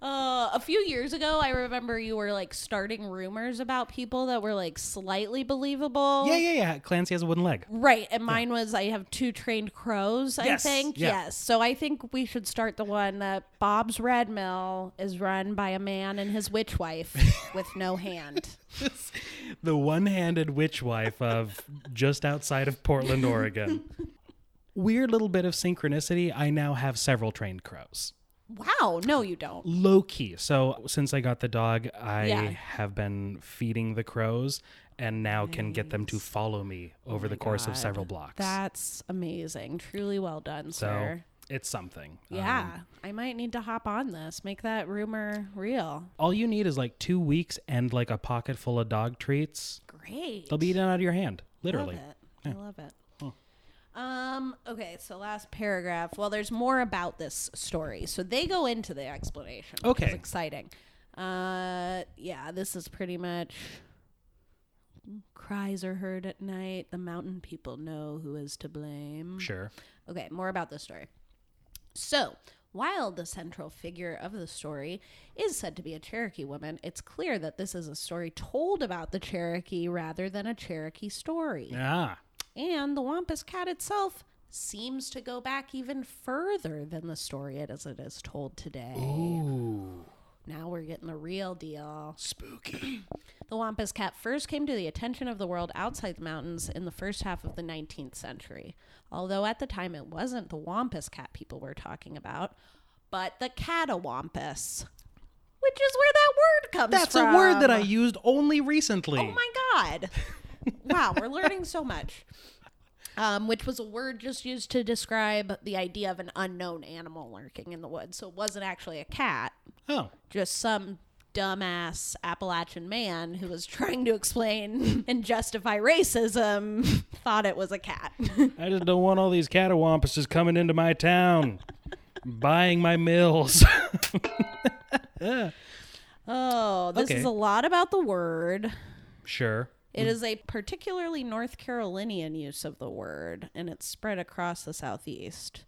Uh, a few years ago, I remember you were like starting rumors about people that were like slightly believable. Yeah, yeah, yeah. Clancy has a wooden leg. Right, and mine was I have two trained crows. I Yes, think yeah. yes. So I think we should start the one that Bob's Red Mill is run by a man and his witch wife with no hand. The one-handed witch wife of just outside of Portland, Oregon. Weird little bit of synchronicity. I now have several trained crows. Wow, no, you don't. Low key. So since I got the dog, I Yeah. have been feeding the crows and now can get them to follow me over the course of several blocks. Oh That's amazing. Truly well done, so sir. it's something. Um, Yeah, I might need to hop on this. Make that rumor real. all you need is like two weeks and like a pocket full of dog treats. Great. They'll be eaten out of your hand, literally. Love it. I love it. Um, okay, so last paragraph. Well, there's more about this story. So they go into the explanation. Which Okay. Is exciting. Uh, yeah, this is pretty much cries are heard at night. The mountain people know who is to blame. Sure. Okay, more about this story. So, while the central figure of the story is said to be a Cherokee woman, it's clear that this is a story told about the Cherokee rather than a Cherokee story. Ah. And the Wampus Cat itself seems to go back even further than the story it- as it is told today. Ooh. Now we're getting the real deal. Spooky. The Wampus Cat first came to the attention of the world outside the mountains in the first half of the 19th century. Although at the time it wasn't the Wampus Cat people were talking about, but the Catawampus, which is where that word comes That's from. a word that I used only recently. Oh my god. wow, we're learning so much. Um, which was a word just used to describe the idea of an unknown animal lurking in the woods. So it wasn't actually a cat, Oh. just some dumbass Appalachian man who was trying to explain and justify racism thought it was a cat. I just don't want all these catawampuses coming into my town, buying my mills. oh, this Okay. is a lot about the word. sure. It is a particularly North Carolinian use of the word, and it's spread across the Southeast.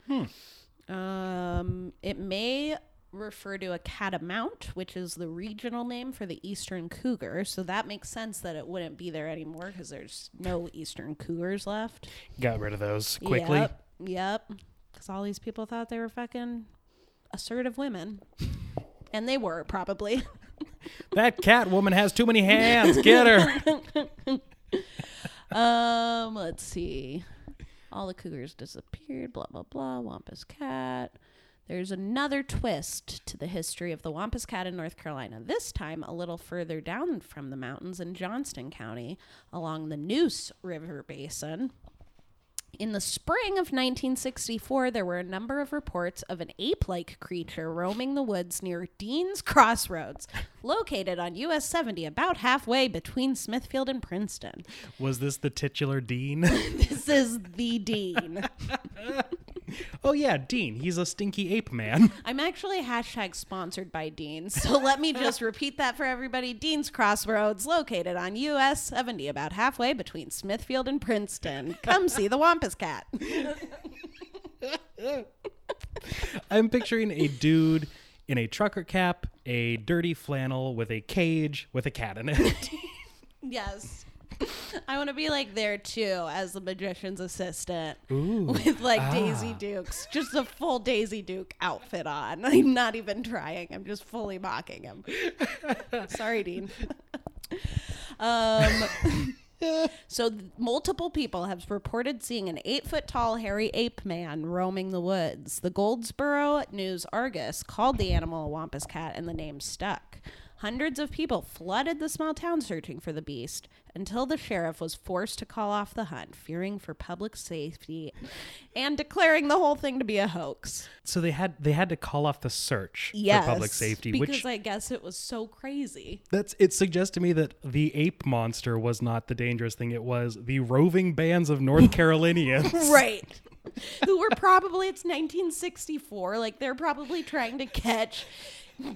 Um, it may refer to a catamount, which is the regional name for the eastern cougar. So that makes sense that it wouldn't be there anymore because there's no eastern cougars left. Got rid of those quickly. Yep. Yep. Because all these people thought they were fucking assertive women. And they were probably. That cat woman has too many hands. Get her. Um, let's see. All the cougars disappeared, blah blah blah, Wampus Cat. There's another twist to the history of the Wampus Cat in North Carolina, this time a little further down from the mountains in Johnston County, along the Neuse River Basin. In the spring of 1964, there were a number of reports of an ape like creature roaming the woods near Dean's Crossroads, located on US 70, about halfway between Smithfield and Princeton. Was this the titular Dean? This is the Dean. oh, yeah, Dean. He's a stinky ape man. I'm actually hashtag sponsored by Dean's. So let me just repeat that for everybody. Dean's Crossroads, located on US 70, about halfway between Smithfield and Princeton. Come see the Wampus Cat. I'm picturing a dude in a trucker cap, a dirty flannel with a cage with a cat in it. Yes. I want to be like there too as the magician's assistant with like Daisy Dukes, just a full Daisy Duke outfit on. I'm not even trying. I'm just fully mocking him. Sorry, Dean. um, so th- multiple people have reported seeing an eight foot tall hairy ape man roaming the woods. The Goldsboro News Argus called the animal a wampus cat, and the name stuck. Hundreds of people flooded the small town searching for the beast until the sheriff was forced to call off the hunt, fearing for public safety and declaring the whole thing to be a hoax. so they had they had to call off the search Yes. for public safety, Because which I guess it was so crazy. that's it suggests to me that the ape monster was not the dangerous thing. It was the roving bands of North Carolinians. Right. Who were probably, it's 1964. Like, they're probably trying to catch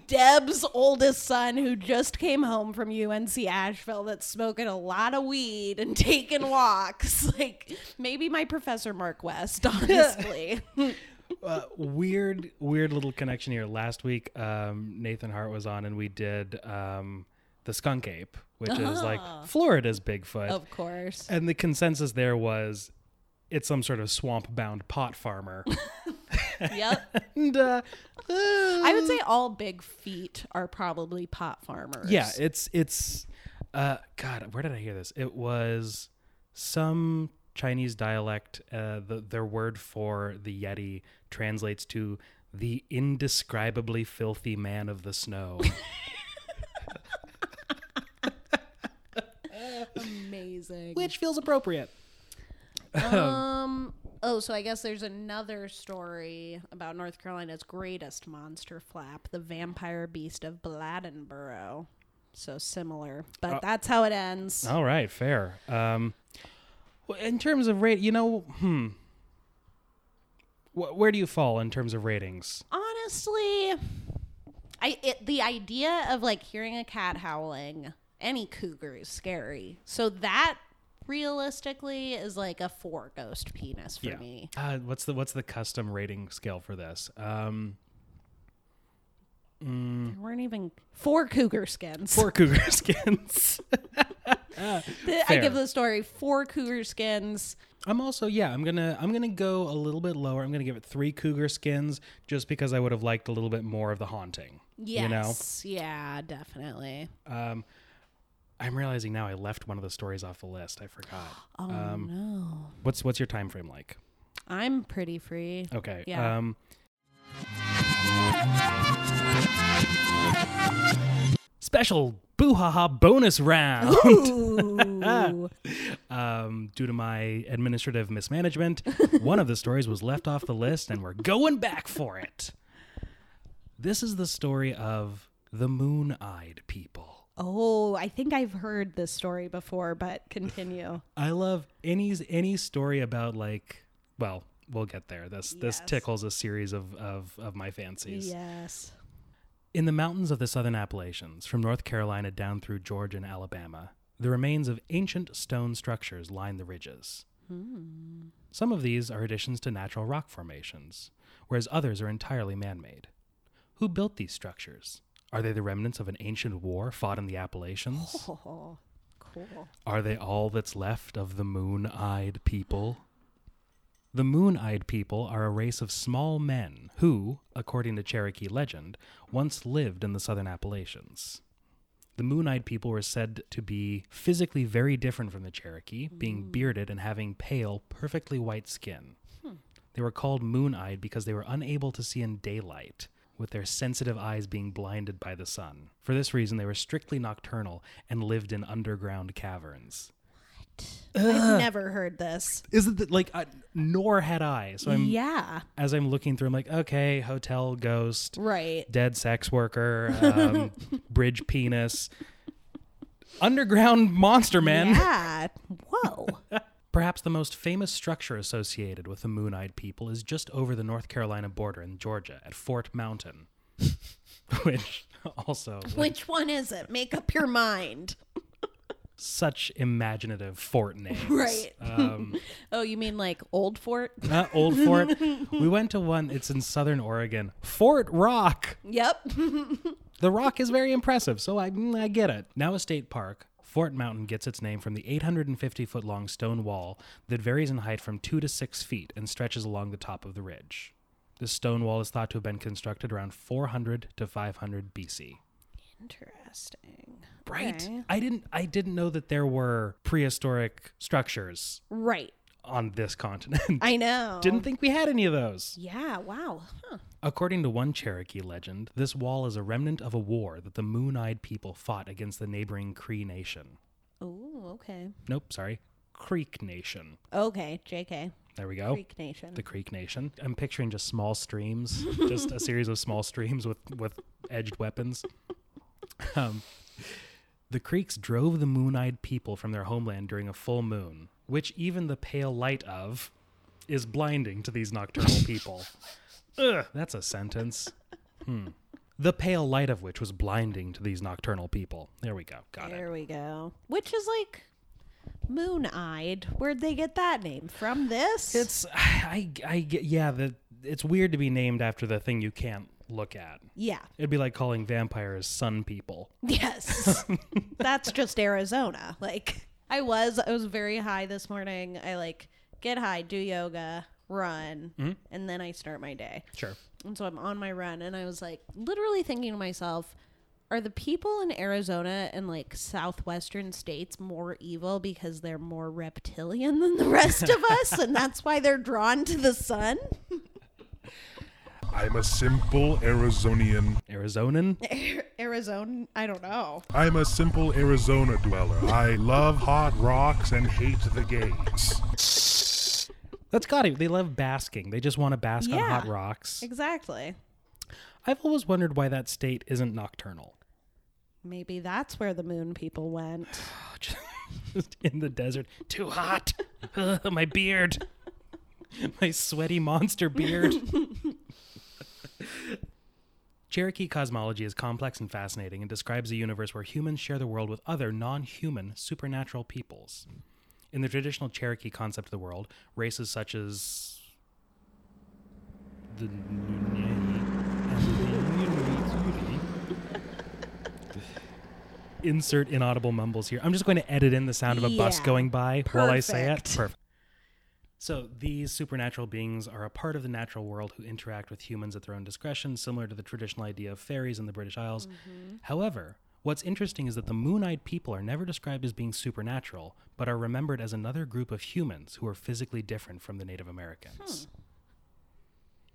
Deb's oldest son who just came home from UNC Asheville that's smoking a lot of weed and taking walks. Like, maybe my professor, Mark West, honestly. uh, weird, weird little connection here. Last week, um, Nathan Hart was on, and we did um, the skunk ape, which is like Florida's Bigfoot. of course. And the consensus there was it's some sort of swamp bound pot farmer. Yep. and, uh, I would say all big feet are probably pot farmers. yeah, it's, it's, uh, God, where did I hear this? It was some Chinese dialect. Uh, the, their word for the Yeti translates to the indescribably filthy man of the snow. Amazing. Which feels appropriate. Um. Oh, so I guess there's another story about North Carolina's greatest monster flap, the vampire beast of Bladdenboro. So similar, Uh, but that's how it ends. All right, fair. Um, well, in terms of rate, you know, hmm. Wh- where do you fall in terms of ratings? Honestly, I it, the idea of like hearing a cat howling, any cougar is scary. So that realistically is like a four ghost penis for me. Uh, what's the what's the custom rating scale for this? Um, There weren't even four cougar skins. Mm. four cougar skins. Th- I Fair. give the story four cougar skins. I'm also yeah. I'm gonna I'm gonna go a little bit lower. I'm gonna give it three cougar skins just because I would have liked a little bit more of the haunting. You know, Yes. Yeah, definitely. I'm realizing now I left one of the stories off the list. I forgot. Oh no. What's what's your time frame like? I'm pretty free. Okay. Yeah. Um, special boo ha ha bonus round. Ooh. Um, due to my administrative mismanagement, one of the stories was left off the list, and we're going back for it. This is the story of the moon eyed people. oh, I think I've heard this story before, but continue. I love any any story about like well, we'll get there. This this Yes. tickles a series of of, of my fancies. yes. In the mountains of the southern Appalachians, from North Carolina down through Georgia and Alabama, the remains of ancient stone structures line the ridges. Some of these are additions to natural rock formations, whereas others are entirely man made. Who built these structures? Are they the remnants of an ancient war fought in the Appalachians? Oh, cool. Are they all that's left of the moon eyed people? The moon eyed people are a race of small men who, according to Cherokee legend, once lived in the southern Appalachians. The moon eyed people were said to be physically very different from the Cherokee, being bearded and having pale, perfectly white skin. They were called moon eyed because they were unable to see in daylight, with their sensitive eyes being blinded by the sun. For this reason, they were strictly nocturnal and lived in underground caverns. I've never heard this. Isn't that like? I, nor had I. So I'm yeah, as I'm looking through. I'm like, okay, hotel ghost, right. dead sex worker, um, bridge penis, underground monster man. Yeah. Whoa. Perhaps the most famous structure associated with the Moon Eyed people is just over the North Carolina border in Georgia at Fort Mountain, which also like, Which one is it? Make up your mind. such imaginative fort names. Right. Um, Oh, you mean like Old Fort? uh, old fort. We went to one. It's in Southern Oregon, Fort Rock. Yep. The Rock is very impressive, so I, mm, I get it. Now a state park, Fort Mountain gets its name from the 850 foot long stone wall that varies in height from two to six feet and stretches along the top of the ridge. This stone wall is thought to have been constructed around 400 to 500 BC. Interesting. Right? Okay. I didn't I didn't know that there were prehistoric structures Right. on this continent. I know. didn't think we had any of those. Yeah. Wow. Huh. According to one Cherokee legend, this wall is a remnant of a war that the Moon Eyed people fought against the neighboring Cree Nation. Oh, okay. Nope, sorry. Creek Nation. Okay. JK. There we go. Creek Nation. Oh. The Creek Nation. I'm picturing just small streams, just a series of small streams with, with edged weapons. Um, the Creeks drove the moon eyed people from their homeland during a full moon, which even the pale light of is blinding to these nocturnal people. Ugh, that's a sentence. Hmm. The pale light of which was blinding to these nocturnal people. There we go. Got it. there we go. Which is like moon eyed. Where'd they get that name from? This? It's I I get yeah the it's weird to be named after the thing you can't look at. yeah. It'd be like calling vampires sun people. Yes. That's just Arizona. Like I was I was very high this morning. I like get high, do yoga, run, Mm-hmm. and then I start my day. Sure. And so I'm on my run and I was like literally thinking to myself, are the people in Arizona and like southwestern states more evil because they're more reptilian than the rest of us and that's why they're drawn to the sun? I'm a simple Arizonian. Arizonan. Arizona, I don't know. I'm a simple Arizona dweller. I love hot rocks and hate the gays. That's got it. They love basking. They just want to bask on Yeah. hot rocks. Exactly. I've always wondered why that state isn't nocturnal. Maybe that's where the moon people went. Just in the desert. Too hot. Ugh, my beard. My sweaty monster beard. Cherokee cosmology is complex and fascinating and describes a universe where humans share the world with other non human supernatural peoples. In the traditional Cherokee concept of the world, races such as. The. Insert inaudible mumbles here. I'm just going to edit in the sound of a bus Yeah. going by while I say it. Perfect. Perfect. So these supernatural beings are a part of the natural world who interact with humans at their own discretion, similar to the traditional idea of fairies in the British Isles. However, what's interesting is that the moon-eyed people are never described as being supernatural, but are remembered as another group of humans who are physically different from the Native Americans.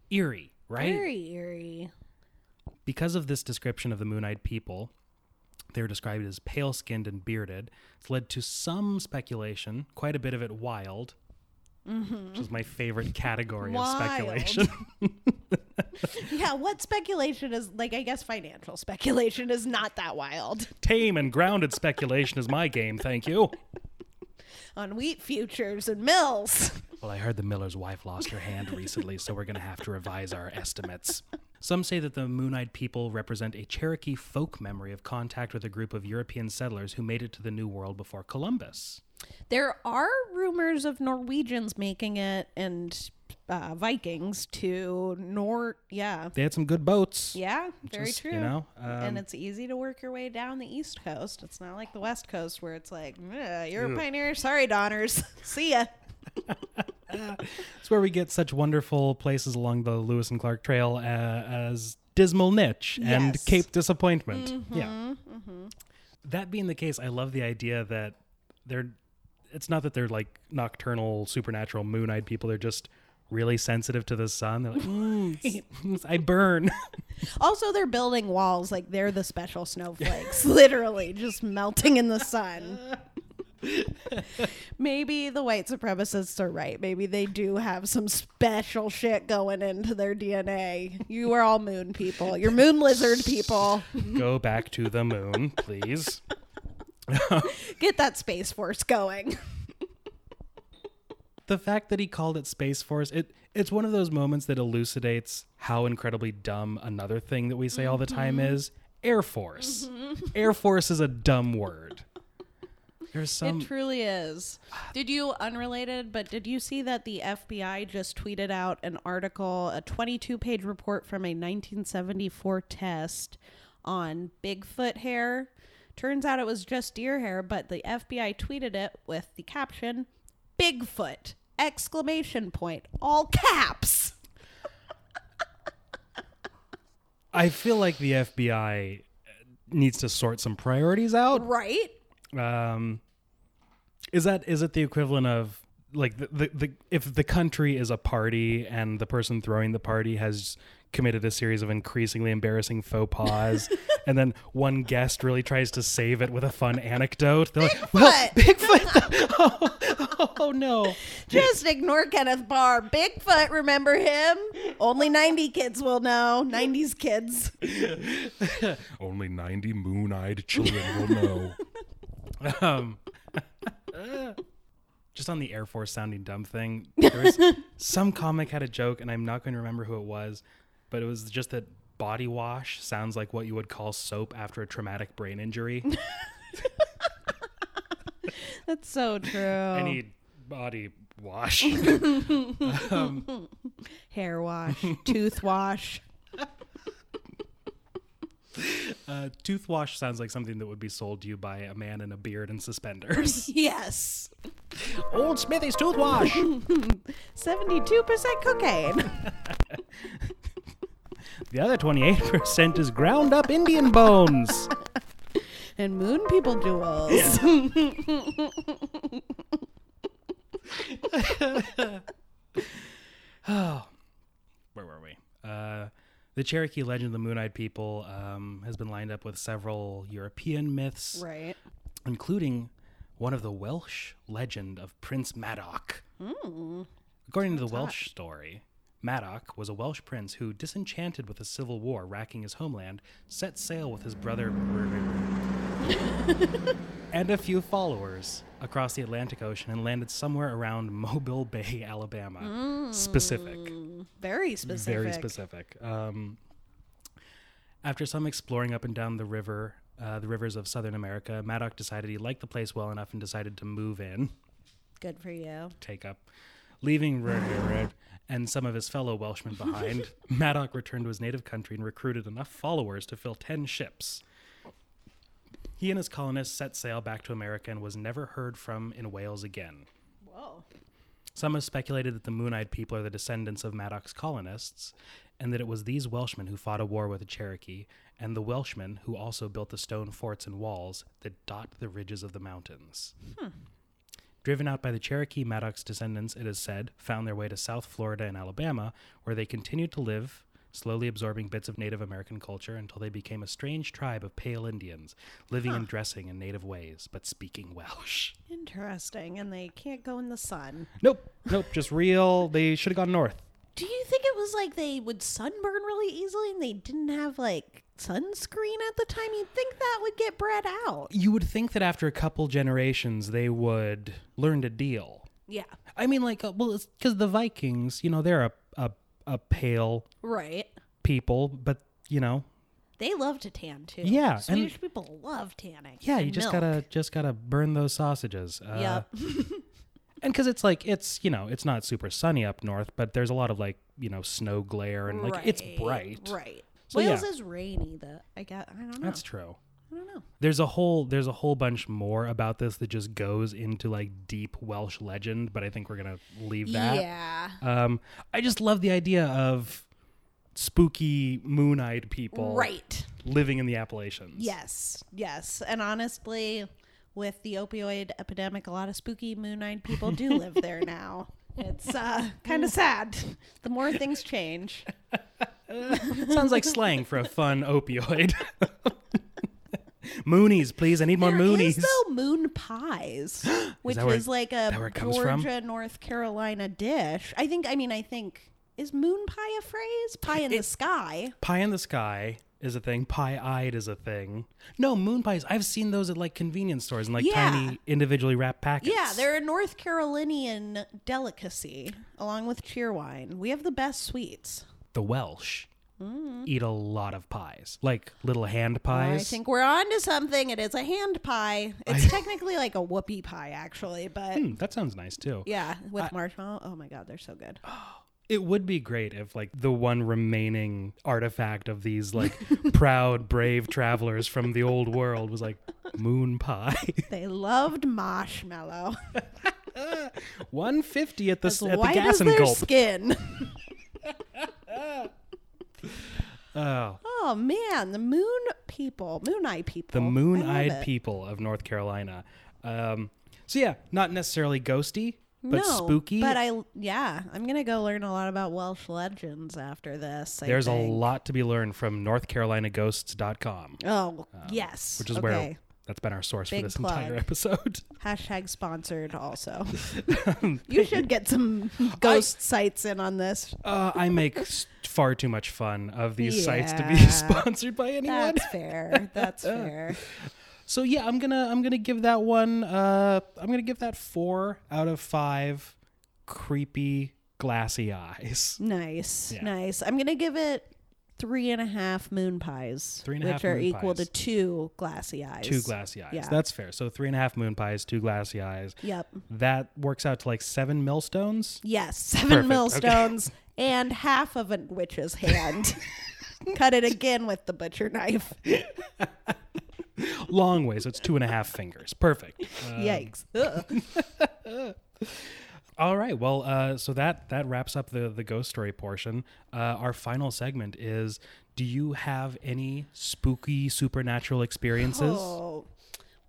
Eerie, right? Very eerie. Because of this description of the moon eyed people, they were described as pale skinned and bearded. It's led to some speculation, quite a bit of it wild, which is my favorite category of Wild. speculation. Yeah, what speculation is like I guess financial speculation is not that wild Tame and grounded speculation is my game, thank you. on wheat futures and mills. Well, I heard the miller's wife lost her hand recently, so we're going to have to revise our estimates. Some say that the Moon Eyed people represent a Cherokee folk memory of contact with a group of European settlers who made it to the New World before Columbus. There are rumors of Norwegians making it and uh, Vikings to Nor yeah. They had some good boats. Yeah, very Just, true. You know, um, and it's easy to work your way down the East Coast. It's not like the West Coast where it's like, "Yeah, you're a pioneer. Sorry, Donners. See ya. It's where we get such wonderful places along the Lewis and Clark Trail uh, as Dismal Niche and Yes. Cape Disappointment. Yeah. That being the case, I love the idea that they're. It's not that they're like nocturnal, supernatural, moon-eyed people. They're just really sensitive to the sun. They're like, "Mm, it's- I burn. Also, they're building walls like they're the special snowflakes, literally just melting in the sun. Maybe the white supremacists are right. Maybe they do have some special shit going into their DNA. You are all moon people. You're moon lizard people. Go back to the moon, please. Get that space force going. the fact that he called it Space Force, it it's one of those moments that elucidates how incredibly dumb another thing that we say all the time is Air Force. Air Force is a dumb word. There's some it truly is. Did you unrelated, but did you see that the FBI just tweeted out an article, a 22-page report from a 1974 test on Bigfoot hair? Turns out it was just deer hair, but the FBI tweeted it with the caption Bigfoot exclamation point all caps. I feel like the FBI needs to sort some priorities out. Right? Um is that is it the equivalent of like the, the, the if the country is a party and the person throwing the party has committed a series of increasingly embarrassing faux pas and then one guest really tries to save it with a fun anecdote they're like well But bigfoot oh, oh no just ignore Kenneth Barr. Bigfoot, remember him? Only 90 kids will know. 90s kids. Only 90 moon eyed children will know. um, just on the Air Force sounding dumb thing, there was some comic had a joke, and I'm not going to remember who it was, but it was just that body wash sounds like what you would call soap after a traumatic brain injury. That's so true. I need body wash. Hair wash, tooth wash. uh, tooth wash sounds like something that would be sold to you by a man in a beard and suspenders. Yes. Old Smithy's tooth wash. 72% cocaine. the other 28% is ground up Indian bones. And moon people jewels. where were we? Uh, the Cherokee legend of the Moon Eyed People um, has been lined up with several European myths, Right. including one of the Welsh legend of Prince Madoc. According to the Welsh story, Madoc was a Welsh prince who, disenchanted with the civil war racking his homeland, set sail with his brother and a few followers across the Atlantic Ocean and landed somewhere around Mobile Bay, Alabama. Specific Very specific. very specific. Um, after some exploring up and down the river, uh, the rivers of southern America, Madoc decided he liked the place well enough and decided to move in, Good for you. take up, leaving Railroad and some of his fellow Welshmen behind. Madoc returned to his native country and recruited enough followers to fill ten ships. He and his colonists set sail back to America and was never heard from in Wales again. Whoa. Some have speculated that the Moon Eyed people are the descendants of Madoc's colonists, and that it was these Welshmen who fought a war with the Cherokee, and the Welshmen who also built the stone forts and walls that dot the ridges of the mountains. Driven out by the Cherokee, Madoc's descendants, it is said, found their way to South Florida and Alabama, where they continued to live, slowly absorbing bits of Native American culture until they became a strange tribe of pale Indians, living and dressing in Native ways, but speaking Welsh. Interesting. And they can't go in the sun. Nope, nope, just real. They should have gone north. Do you think it was like they would sunburn really easily and they didn't have like sunscreen at the time? You'd think that would get bred out. you would think that after a couple generations they would learn to deal. Yeah. I mean, like, uh, well, it's because the Vikings, you know, they're a, a a pale Right. people, but you know, They love to tan too. Yeah, Swedish and- people love tanning. yeah, you and just milk. gotta just gotta burn those sausages. Uh, Yep. and because it's like it's you know it's not super sunny up north, but there's a lot of like you know snow glare and like it's bright. Right. So, Wales yeah. is rainy. though. I get. I don't know. That's true. I don't know. There's a whole there's a whole bunch more about this that just goes into like deep Welsh legend, but I think we're gonna leave that. Yeah. Um, I just love the idea of spooky moon-eyed people Right. living in the Appalachians. Yes. Yes. And honestly, with the opioid epidemic, a lot of spooky moon-eyed people do live there now. It's uh, kind of sad. The more things change. Sounds like slang for a fun opioid. Moonies, please. I need more There Moonies. is, though moon pies, which is, that where- like that where a it comes from? Georgia, North Carolina dish. I think. I mean, I think is moon pie a phrase? Pie in the sky. Pie in the sky is a thing. Pie eyed is a thing. No, moon pies. I've seen those at like convenience stores in like Yeah. tiny individually wrapped packets. Yeah, they're a North Carolinian delicacy, along with cheerwine. We have the best sweets. the Welsh eat a lot of pies, like little hand pies. Mm-hmm. I think we're on to something. It is a hand pie. It's technically like a whoopie pie, actually, but Hmm, that sounds nice too. yeah, with marshmallow. Oh my god, they're so good. It would be great if like the one remaining artifact of these like proud, brave travelers from the old world was like moon pie. They loved marshmallow. One fifty at the As s- at the white gas as and their gulp. skin. Oh. Oh man, the moon people, moon eye people, the I love moon-eyed it. people of North Carolina. Um, so yeah, not necessarily ghosty, but no, spooky. But I, yeah, I'm gonna go learn a lot about Welsh legends after this. I There's a think. lot to be learned from NorthCarolinaGhosts.com, Oh yes, Uh, which is okay. where that's been our source Big for this plug. entire episode. Hashtag sponsored also. you should get some ghost sites in on this. Uh, I make s- far too much fun of these sites to be Yeah. sponsored by anyone. That's fair. That's fair. So yeah, I'm gonna I'm gonna give that one. Uh, I'm gonna give that four out of five. Creepy glassy eyes. Nice. Yeah. Nice. I'm gonna give it three and a half moon pies. Three and a which half are moon equal pies. to two glassy eyes. Two glassy eyes. Yeah. That's fair. So three and a half moon pies, two glassy eyes. Yep. That works out to like seven millstones. Yes. Seven Perfect. millstones and half of a witch's hand. Cut it again with the butcher knife. Long way, so it's two and a half fingers. Perfect. Uh, Yikes. Ugh. all right. Well, uh, so that that wraps up the the ghost story portion. Uh, our final segment is: Do you have any spooky supernatural experiences? Oh.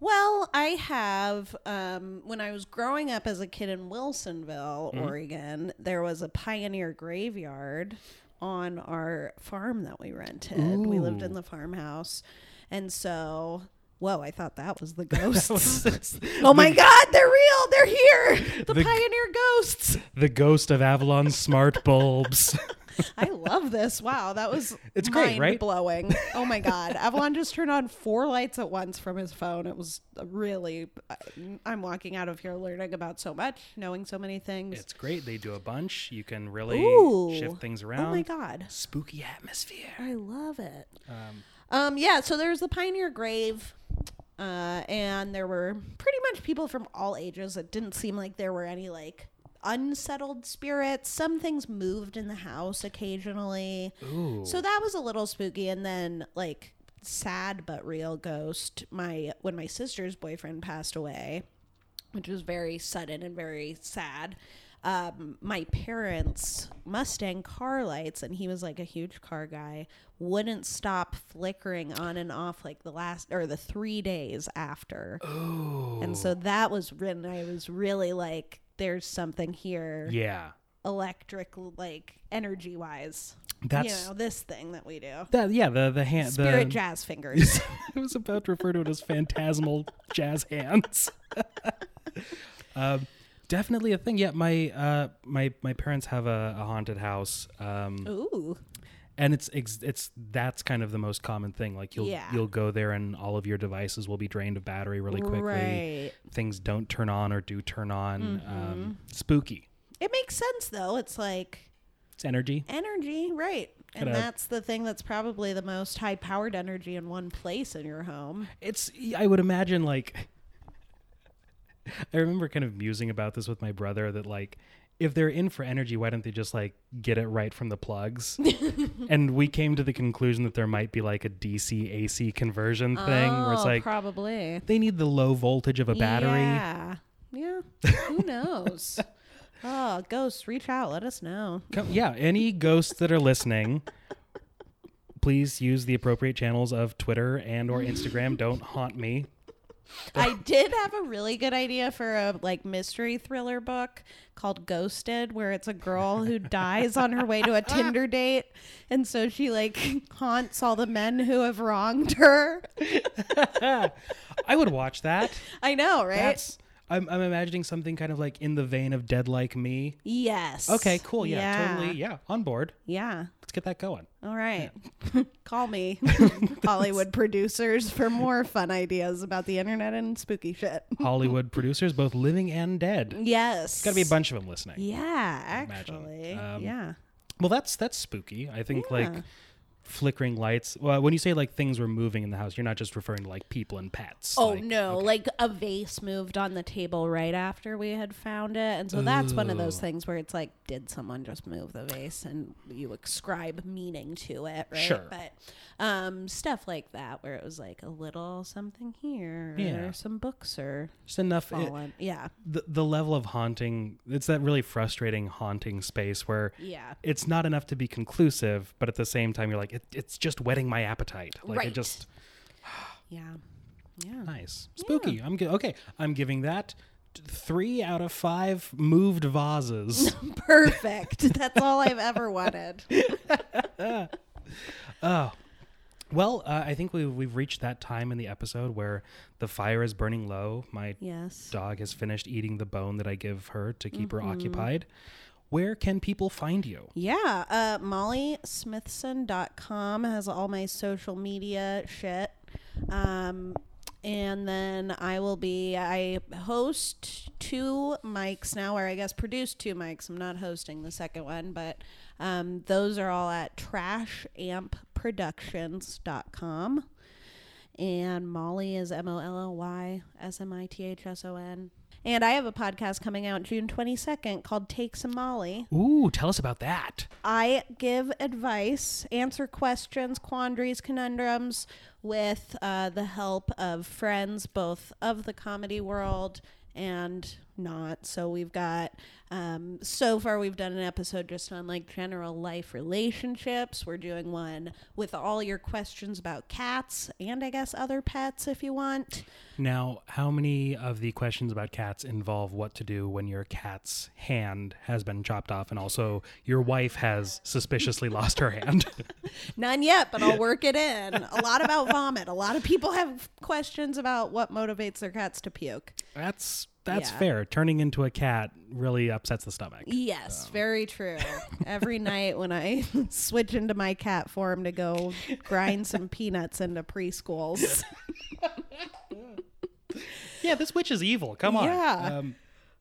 Well, I have. Um, when I was growing up as a kid in Wilsonville, Oregon, there was a pioneer graveyard on our farm that we rented. We lived in the farmhouse. And so, whoa, I thought that was the ghosts. oh my God, they're real. They're here. The, The- pioneer ghosts. the ghost of Avalon smart bulbs. I love this. Wow, that was It's great, right? Blowing. Oh my god, Avalon just turned on four lights at once from his phone. It was really. I'm walking out of here learning about so much, knowing so many things. it's great. They do a bunch. You can really shift things around. Oh my god, Spooky atmosphere. I love it. Um, yeah, so there was the Pioneer Grave, uh, and there were pretty much people from all ages. It didn't seem like there were any like unsettled spirits. Some things moved in the house occasionally. So that was a little spooky. And then like sad but real ghost. My when my sister's boyfriend passed away, which was very sudden and very sad. Um, my parents' Mustang car lights, and he was like a huge car guy, wouldn't stop flickering on and off like the last or the three days after. Oh. And so that was written. I was really like, there's something here, Yeah. electric, like energy wise. That's you know, this thing that we do. that. Yeah. The the hand. Spirit the, jazz fingers. I was about to refer to it as phantasmal jazz hands. um, definitely a thing. Yeah, my uh, my my parents have a, a haunted house, um, Ooh. and it's ex- it's that's kind of the most common thing. Like you'll Yeah. you'll go there, and all of your devices will be drained of battery really quickly. Right. Mm-hmm. Things don't turn on or do turn on. Um, spooky. It makes sense though. It's like It's energy. energy, right. And Kinda- that's the thing that's probably the most high powered energy in one place in your home. it's i would imagine like i remember kind of musing about this with my brother that like if they're in for energy why don't they just like get it right from the plugs and we came to the conclusion that there might be like a dc ac conversion thing where it's like probably. they need the low voltage of a battery Yeah. Yeah. Who knows? Oh, ghosts, reach out. Let us know. Come- yeah any ghosts that are listening please use the appropriate channels of twitter and or instagram don't haunt me I did have a really good idea for a like mystery thriller book called Ghosted, where it's a girl who dies on her way to a Tinder date, and so she like haunts all the men who have wronged her. I would watch that. I know, right? That's. I'm, I'm imagining something kind of like in the vein of Dead Like Me. yes. Okay, cool. Yeah, totally. Yeah, on board. Yeah. Let's get that going. All right. Call me, Hollywood producers, for more fun ideas about the internet and spooky shit. Hollywood producers, both living and dead. Yes. Got to be a bunch of them listening. Yeah, imagine. actually. Um, yeah. Well, that's that's spooky. I think Yeah. like flickering lights. Well, when you say like things were moving in the house, you're not just referring to like people and pets. Oh like- no! Like a vase moved on the table right after we had found it, and so that's one of those things where it's like, did someone just move the vase? And you ascribe meaning to it, right? Sure. But um, stuff like that, where it was like a little something here, Yeah. or some books are Just enough. it- fallen. yeah, the, the level of haunting. It's that really frustrating haunting space where yeah. it's not enough to be conclusive, but at the same time you're like, it, it's just whetting my appetite. Like it Right. just Yeah. Yeah. nice, spooky. I'm gi- okay. I'm giving that t- three out of five moved vases. Perfect. That's all I've ever wanted. well, uh, I think we've we've reached that time in the episode where the fire is burning low. My Yes. Mm-hmm. dog has finished eating the bone that I give her to keep her occupied. Where can people find you? Yeah. Uh, MollySmithson.com has all my social media shit. Um, and then I will be, I host two mics now, or I guess produce two mics. I'm not hosting the second one, but um, those are all at trashampproductions.com. and Molly is M O L L Y S M I T H S O N. And I have a podcast coming out June 22nd called Take Some Molly. Ooh, tell us about that. I give advice, answer questions, quandaries, conundrums with uh, the help of friends, both of the comedy world and not. So we've got, um, so far, we've done an episode just on like general life relationships. We're doing one with all your questions about cats and I guess other pets if you want. Now, how many of the questions about cats involve what to do when your cat's hand has been chopped off and also your wife has suspiciously lost her hand? None yet, but I'll work it in. A lot about vomit. A lot of people have questions about what motivates their cats to puke. That's that's Yeah. fair. Turning into a cat really upsets the stomach. Yes, very true. Every night when I switch into my cat form to go grind some peanuts into preschools. Yeah, this witch is evil. Come on. Yeah. Um,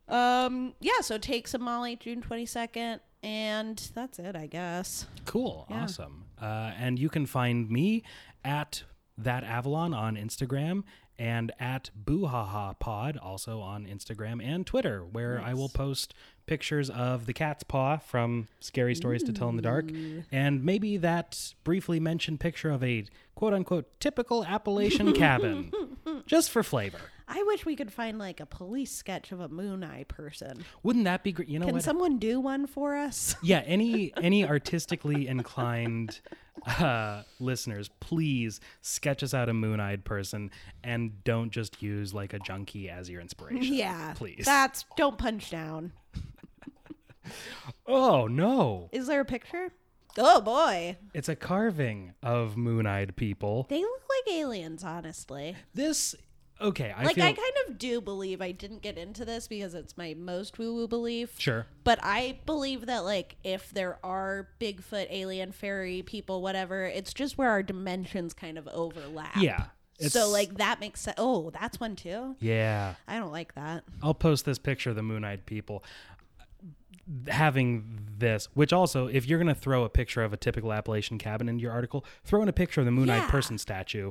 Um, yeah, so take some Molly June 22nd, and that's it, I guess. Cool. Awesome. Uh, and you can find me at that Avalon on Instagram and at Boohaha Pod also on Instagram and Twitter, where I will post pictures of the cat's paw from Scary Stories to Tell in the Dark, and maybe that briefly mentioned picture of a quote unquote typical Appalachian cabin, just for flavor. I wish we could find like a police sketch of a moon eye person. Wouldn't that be great? You know Can what? someone do one for us? yeah any any artistically inclined uh listeners please sketch us out a moon-eyed person and don't just use like a junkie as your inspiration Yeah. please That's don't punch down. oh no Is there a picture? Oh boy. it's a carving of moon-eyed people They look like aliens, honestly. this okay i like feel I kind of do believe I didn't get into this because it's my most woo woo belief. sure But I believe that like if there are Bigfoot, alien, fairy people, whatever, it's just where our dimensions kind of overlap. yeah it's- So like that makes sense. Oh, that's one too. yeah I don't like that. I'll post this picture of the Moon Eyed people having this, which also, if you're going to throw a picture of a typical Appalachian cabin into your article, throw in a picture of the Moon Eyed Yeah. person statue.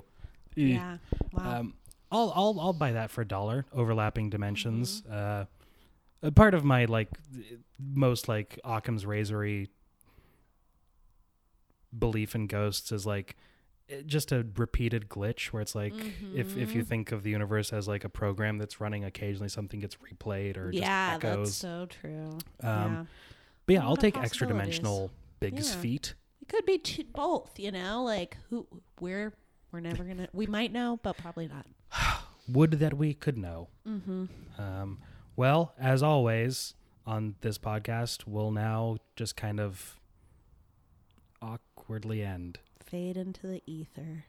Eh. Yeah. Wow. Um, I'll, I'll, I'll buy that for a dollar, overlapping dimensions. Mm-hmm. Uh, a part of my like most like Occam's razory belief in ghosts is like eh, just a repeated glitch where it's like if Mm-hmm. if you think of the universe as like a program that's running occasionally something gets replayed or just yeah, that's echoes. so true. Um, yeah. but yeah, a I'll lot of take extra dimensional possibilities. biggest Yeah. feet. It could be two, both, you know, like who we're we're never gonna we might know, but probably not. Would that we could know. Mm-hmm. Um, well, as always on this podcast, we'll now just kind of awkwardly end. Fade into the ether.